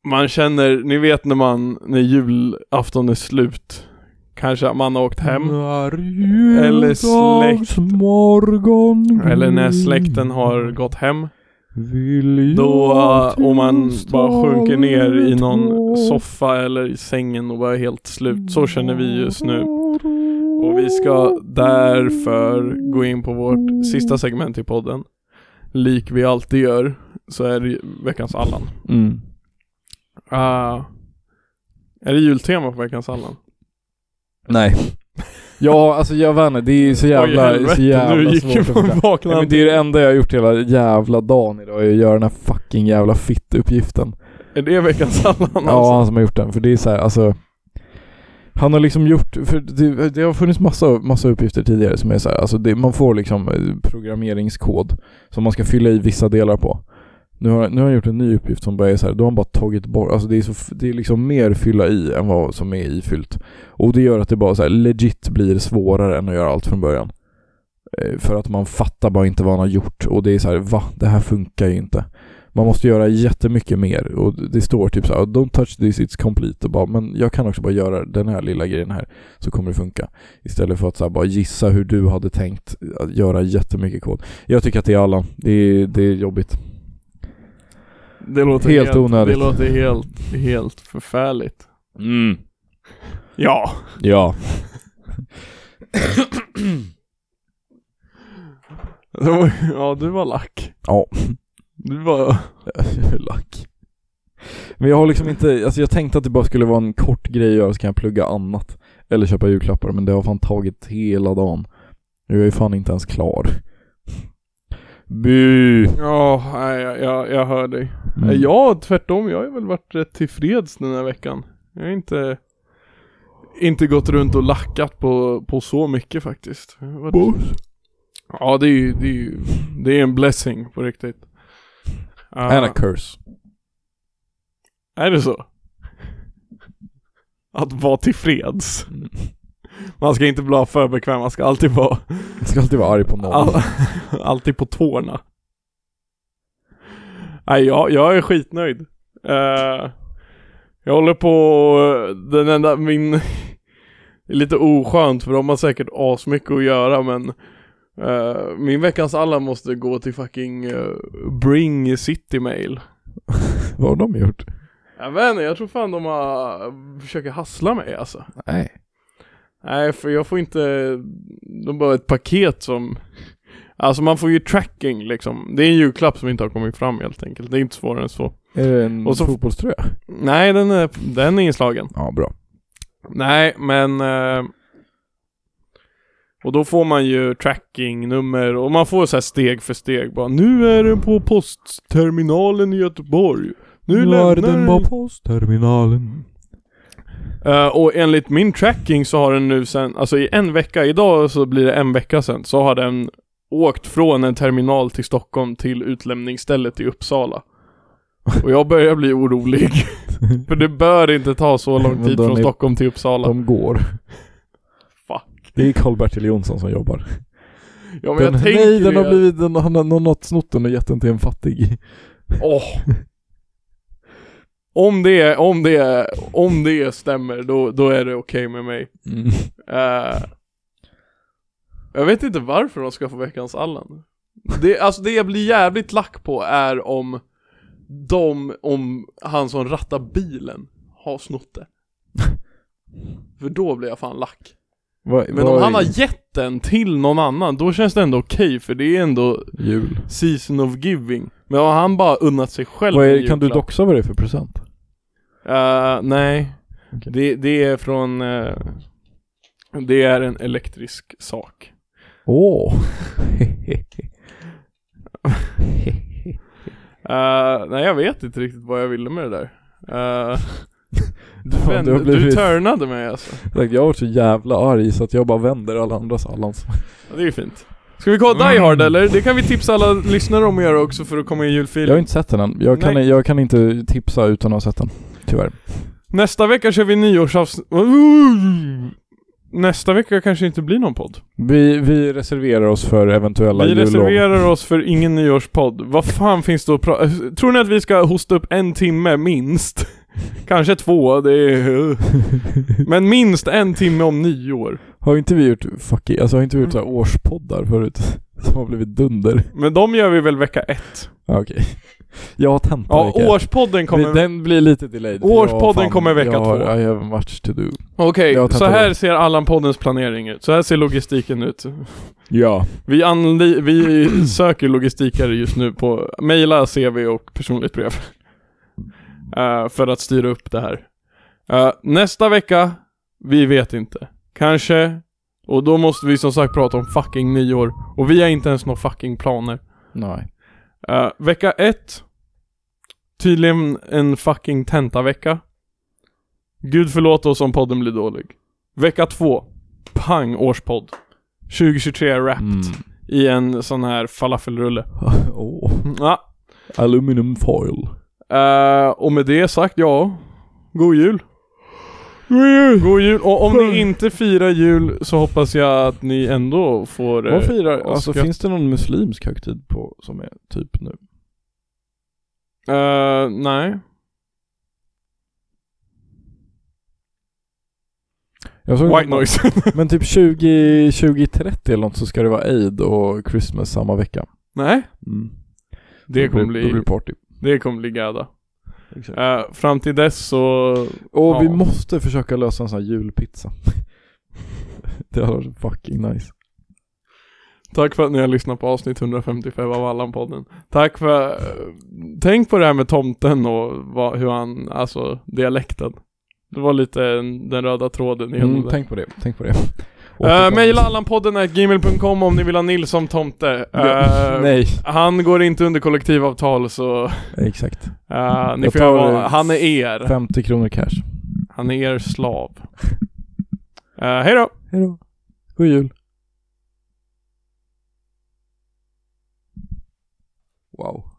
man känner, ni vet när man, när julafton är slut. Kanske man har åkt hem. Eller släkt.
Morgon,
Eller när släkten har gått hem.
Vill
Då,
jag
eh, om man
till
bara sjunker ner i någon
staden
soffa eller i sängen och bara är helt slut. Så känner vi just nu. Och vi ska därför gå in på vårt sista segment i podden. Lik vi alltid gör, så är det ju veckans Allan.
Mm.
Ah. är det jultema på veckans Allan?
Nej. Ja, alltså jag vet inte, det är ju så jävla, så
nu
jävla
gick
svårt att
man
förklara.
vakna.
Nej, men det är det enda jag har gjort hela jävla dagen idag, är att göra den här fucking jävla fittuppgiften.
Är det veckans Allan alltså?
Ja, han som har gjort den. För det är så här, alltså. Han har liksom gjort, för det, det har funnits massa, massa uppgifter tidigare som är så här, alltså det, man får liksom eh, programmeringskod som man ska fylla i vissa delar på. Nu har, nu har han gjort en ny uppgift som bara är så här, då har han bara tagit bort, alltså det är, så, f- det är liksom mer fylla i än vad som är ifyllt. Och det gör att det bara så här legit blir svårare än att göra allt från början. Eh, För att man fattar bara inte vad han har gjort och det är så här, va? Det här funkar ju inte. Man måste göra jättemycket mer och det står typ så här, don't touch this, it's complete och bara, men jag kan också bara göra den här lilla grejen här så kommer det funka. Istället för att så här, bara gissa hur du hade tänkt att göra jättemycket kod. Jag tycker att det är alla, det är, det är jobbigt.
det låter
helt onödigt.
Det låter helt, helt förfärligt.
Mm.
Ja.
Ja.
Det var- Ja, du var lack.
Ja.
Du var...
Lack. Men jag har liksom inte, alltså jag tänkte att det bara skulle vara en kort grej att göra så kan jag plugga annat. Eller köpa julklappar, men det har fan tagit hela dagen. Jag är fan inte ens klar. Bu!
Ja, nej, jag, jag, jag hör dig.
Mm.
Ja, tvärtom. Jag har väl varit rätt tillfreds den här veckan. Jag har inte, inte gått runt och lackat på, på så mycket faktiskt. Jag har varit-
Mm.
Ja, det är ju, det är ju, det är en blessing på riktigt. Ja.
And a curse.
Är det så? Att vara tillfreds.
Mm.
Man ska inte vara för bekväm, man ska alltid vara,
Jag ska alltid vara arg på någon.
all, alltid på tårna. Nej, jag, jag är skitnöjd. Eh, jag håller på, den enda, min, det är lite oskönt för de har säkert asmycket att göra men Eh, min veckans Allan måste gå till fucking eh, Bring City Mail.
Vad har de gjort?
Jag vet inte, jag tror fan de har, försöker hassla mig alltså.
Nej.
Nej, för jag får inte, de bara ett paket som, alltså man får ju tracking liksom. Det är en julklapp som inte har kommit fram helt enkelt, det är inte svårare än så.
Är det en
Och så-
fotbollströja?
Nej, den är, den är inslagen.
Ja, bra.
Nej, men... eh, Och då får man ju trackingnummer och man får så här steg för steg bara Nu är den på postterminalen i Göteborg Nu, lämnar den
postterminalen.
Eh, Och enligt min tracking så har den nu sen, alltså i en vecka, idag så blir det en vecka sen Så har den åkt från en terminal till Stockholm till utlämningsstället i Uppsala Och jag börjar bli orolig För det bör inte ta så lång
Men
tid
de
från
är-
Stockholm till Uppsala
De går.
Fuck.
Det är Karl-Bertil Jonsson som jobbar.
Ja, men
Den,
jag tänker
nej, den har
det.
blivit, den, han har någon har snott den och gett den till en fattig.
Åh. Om det, om det, om det stämmer, då, då är det okej med mig.
Mm.
Eh, jag vet inte varför de ska få veckans Allan. Det, alltså det jag blir jävligt lack på är om de, om han som rattar bilen har snott det. För då blir jag fan lack.
Va,
Men om han har gett den till någon annan, då känns det ändå okej för det är ändå
Jul.
season of giving. Men har han bara unnat sig själv
Vad
en
är, kan du
julklapp-
doxa vad det är för present?
Eh, nej.
Okej.
Det, det är från... eh, det är en elektrisk sak.
Åh!
Eh, nej, jag vet inte riktigt vad jag ville med det där. Eh, du,
Fan,
vände,
du har
du
blivit-
turnade mig alltså.
Like, jag har varit så jävla arg så att jag bara vänder alla andras Allans.
Ja, det är ju fint. Ska vi kolla Die Hard eller? Det kan vi tipsa alla lyssnare om att göra också för att komma i
Jag har
julfilen.
inte sett den än. Jag kan,
Nej.
jag kan inte tipsa utan att ha sett den. Tyvärr.
Nästa vecka kör vi nyårsavsnitt. Nästa vecka kanske inte blir någon podd.
Vi, vi reserverar oss för eventuella
Vi
jullov.
reserverar oss för ingen nyårspodd. Vad fan finns det att prata Tror ni att vi ska hosta upp en timme minst? Kanske två, det är... Men minst en timme om nyår.
Har inte vi gjort, fuck it, alltså har inte vi gjort så här årspoddar förut? Som har blivit dunder.
Men de gör vi väl vecka ett?
Ja, okej. Jag har tenta
Ja,
vecka ett.
årspodden kommer...
Vi- Den blir lite delayed. för
Årspodden
jag har
kommer vecka
jag har,
två.
I have much to do.
Okej,
Jag har
så
tentor.
här ser Allan-poddens planering ut. Så här ser logistiken ut.
Ja.
Vi, anli- vi söker logistikare just nu på mejla, CV och personligt brev. Eh, för att styra upp det här. Eh, nästa vecka, vi vet inte. Kanske, och då måste vi som sagt prata om fucking nyår. Och vi har inte ens några fucking planer.
Nej.
Eh, vecka ett, tydligen en fucking tentavecka. Gud förlåt oss om podden blir dålig. Vecka två, pang årspodd. 2023 wrapped
Mm.
i en sån här falafelrulle.
Åh.
Ja.
Aluminium foil.
eh, och med det sagt, ja. God jul. God jul! God jul! Och om ni inte firar jul så hoppas jag att ni ändå får... eh,
Vad firar, alltså
ska-
finns det någon muslimsk högtid på, som är typ nu?
eh, nej.
Jag såg
White noise.
Men typ 20, 2030 eller något så ska det vara Eid och Christmas samma vecka.
nej. Det
Då blir-
kommer
Då blir
bli...
det party.
Det kommer bli gada. Eh, fram till dess så...
Och vi
Ja.
måste försöka lösa en sån här julpizza. det hade varit fucking nice.
Tack för att ni har lyssnat på avsnitt 155 av Allan-podden. Tack för... tänk på det här med tomten och vad, hur han, alltså dialekten. Det var lite den röda tråden genom
Mm,
det.
tänk på det, tänk på det. Eh,
Uh, Mejla allanpodden at gmail.com om ni vill ha Nils som tomte. Eh,
Nej,
han går inte under kollektivavtal så
exakt.
eh, ni
Jag
får
tar
göra vad-
det.
Han är er.
50 kronor cash.
Han är er slav. Uh, hej då!
Hejdå. God jul. Wow.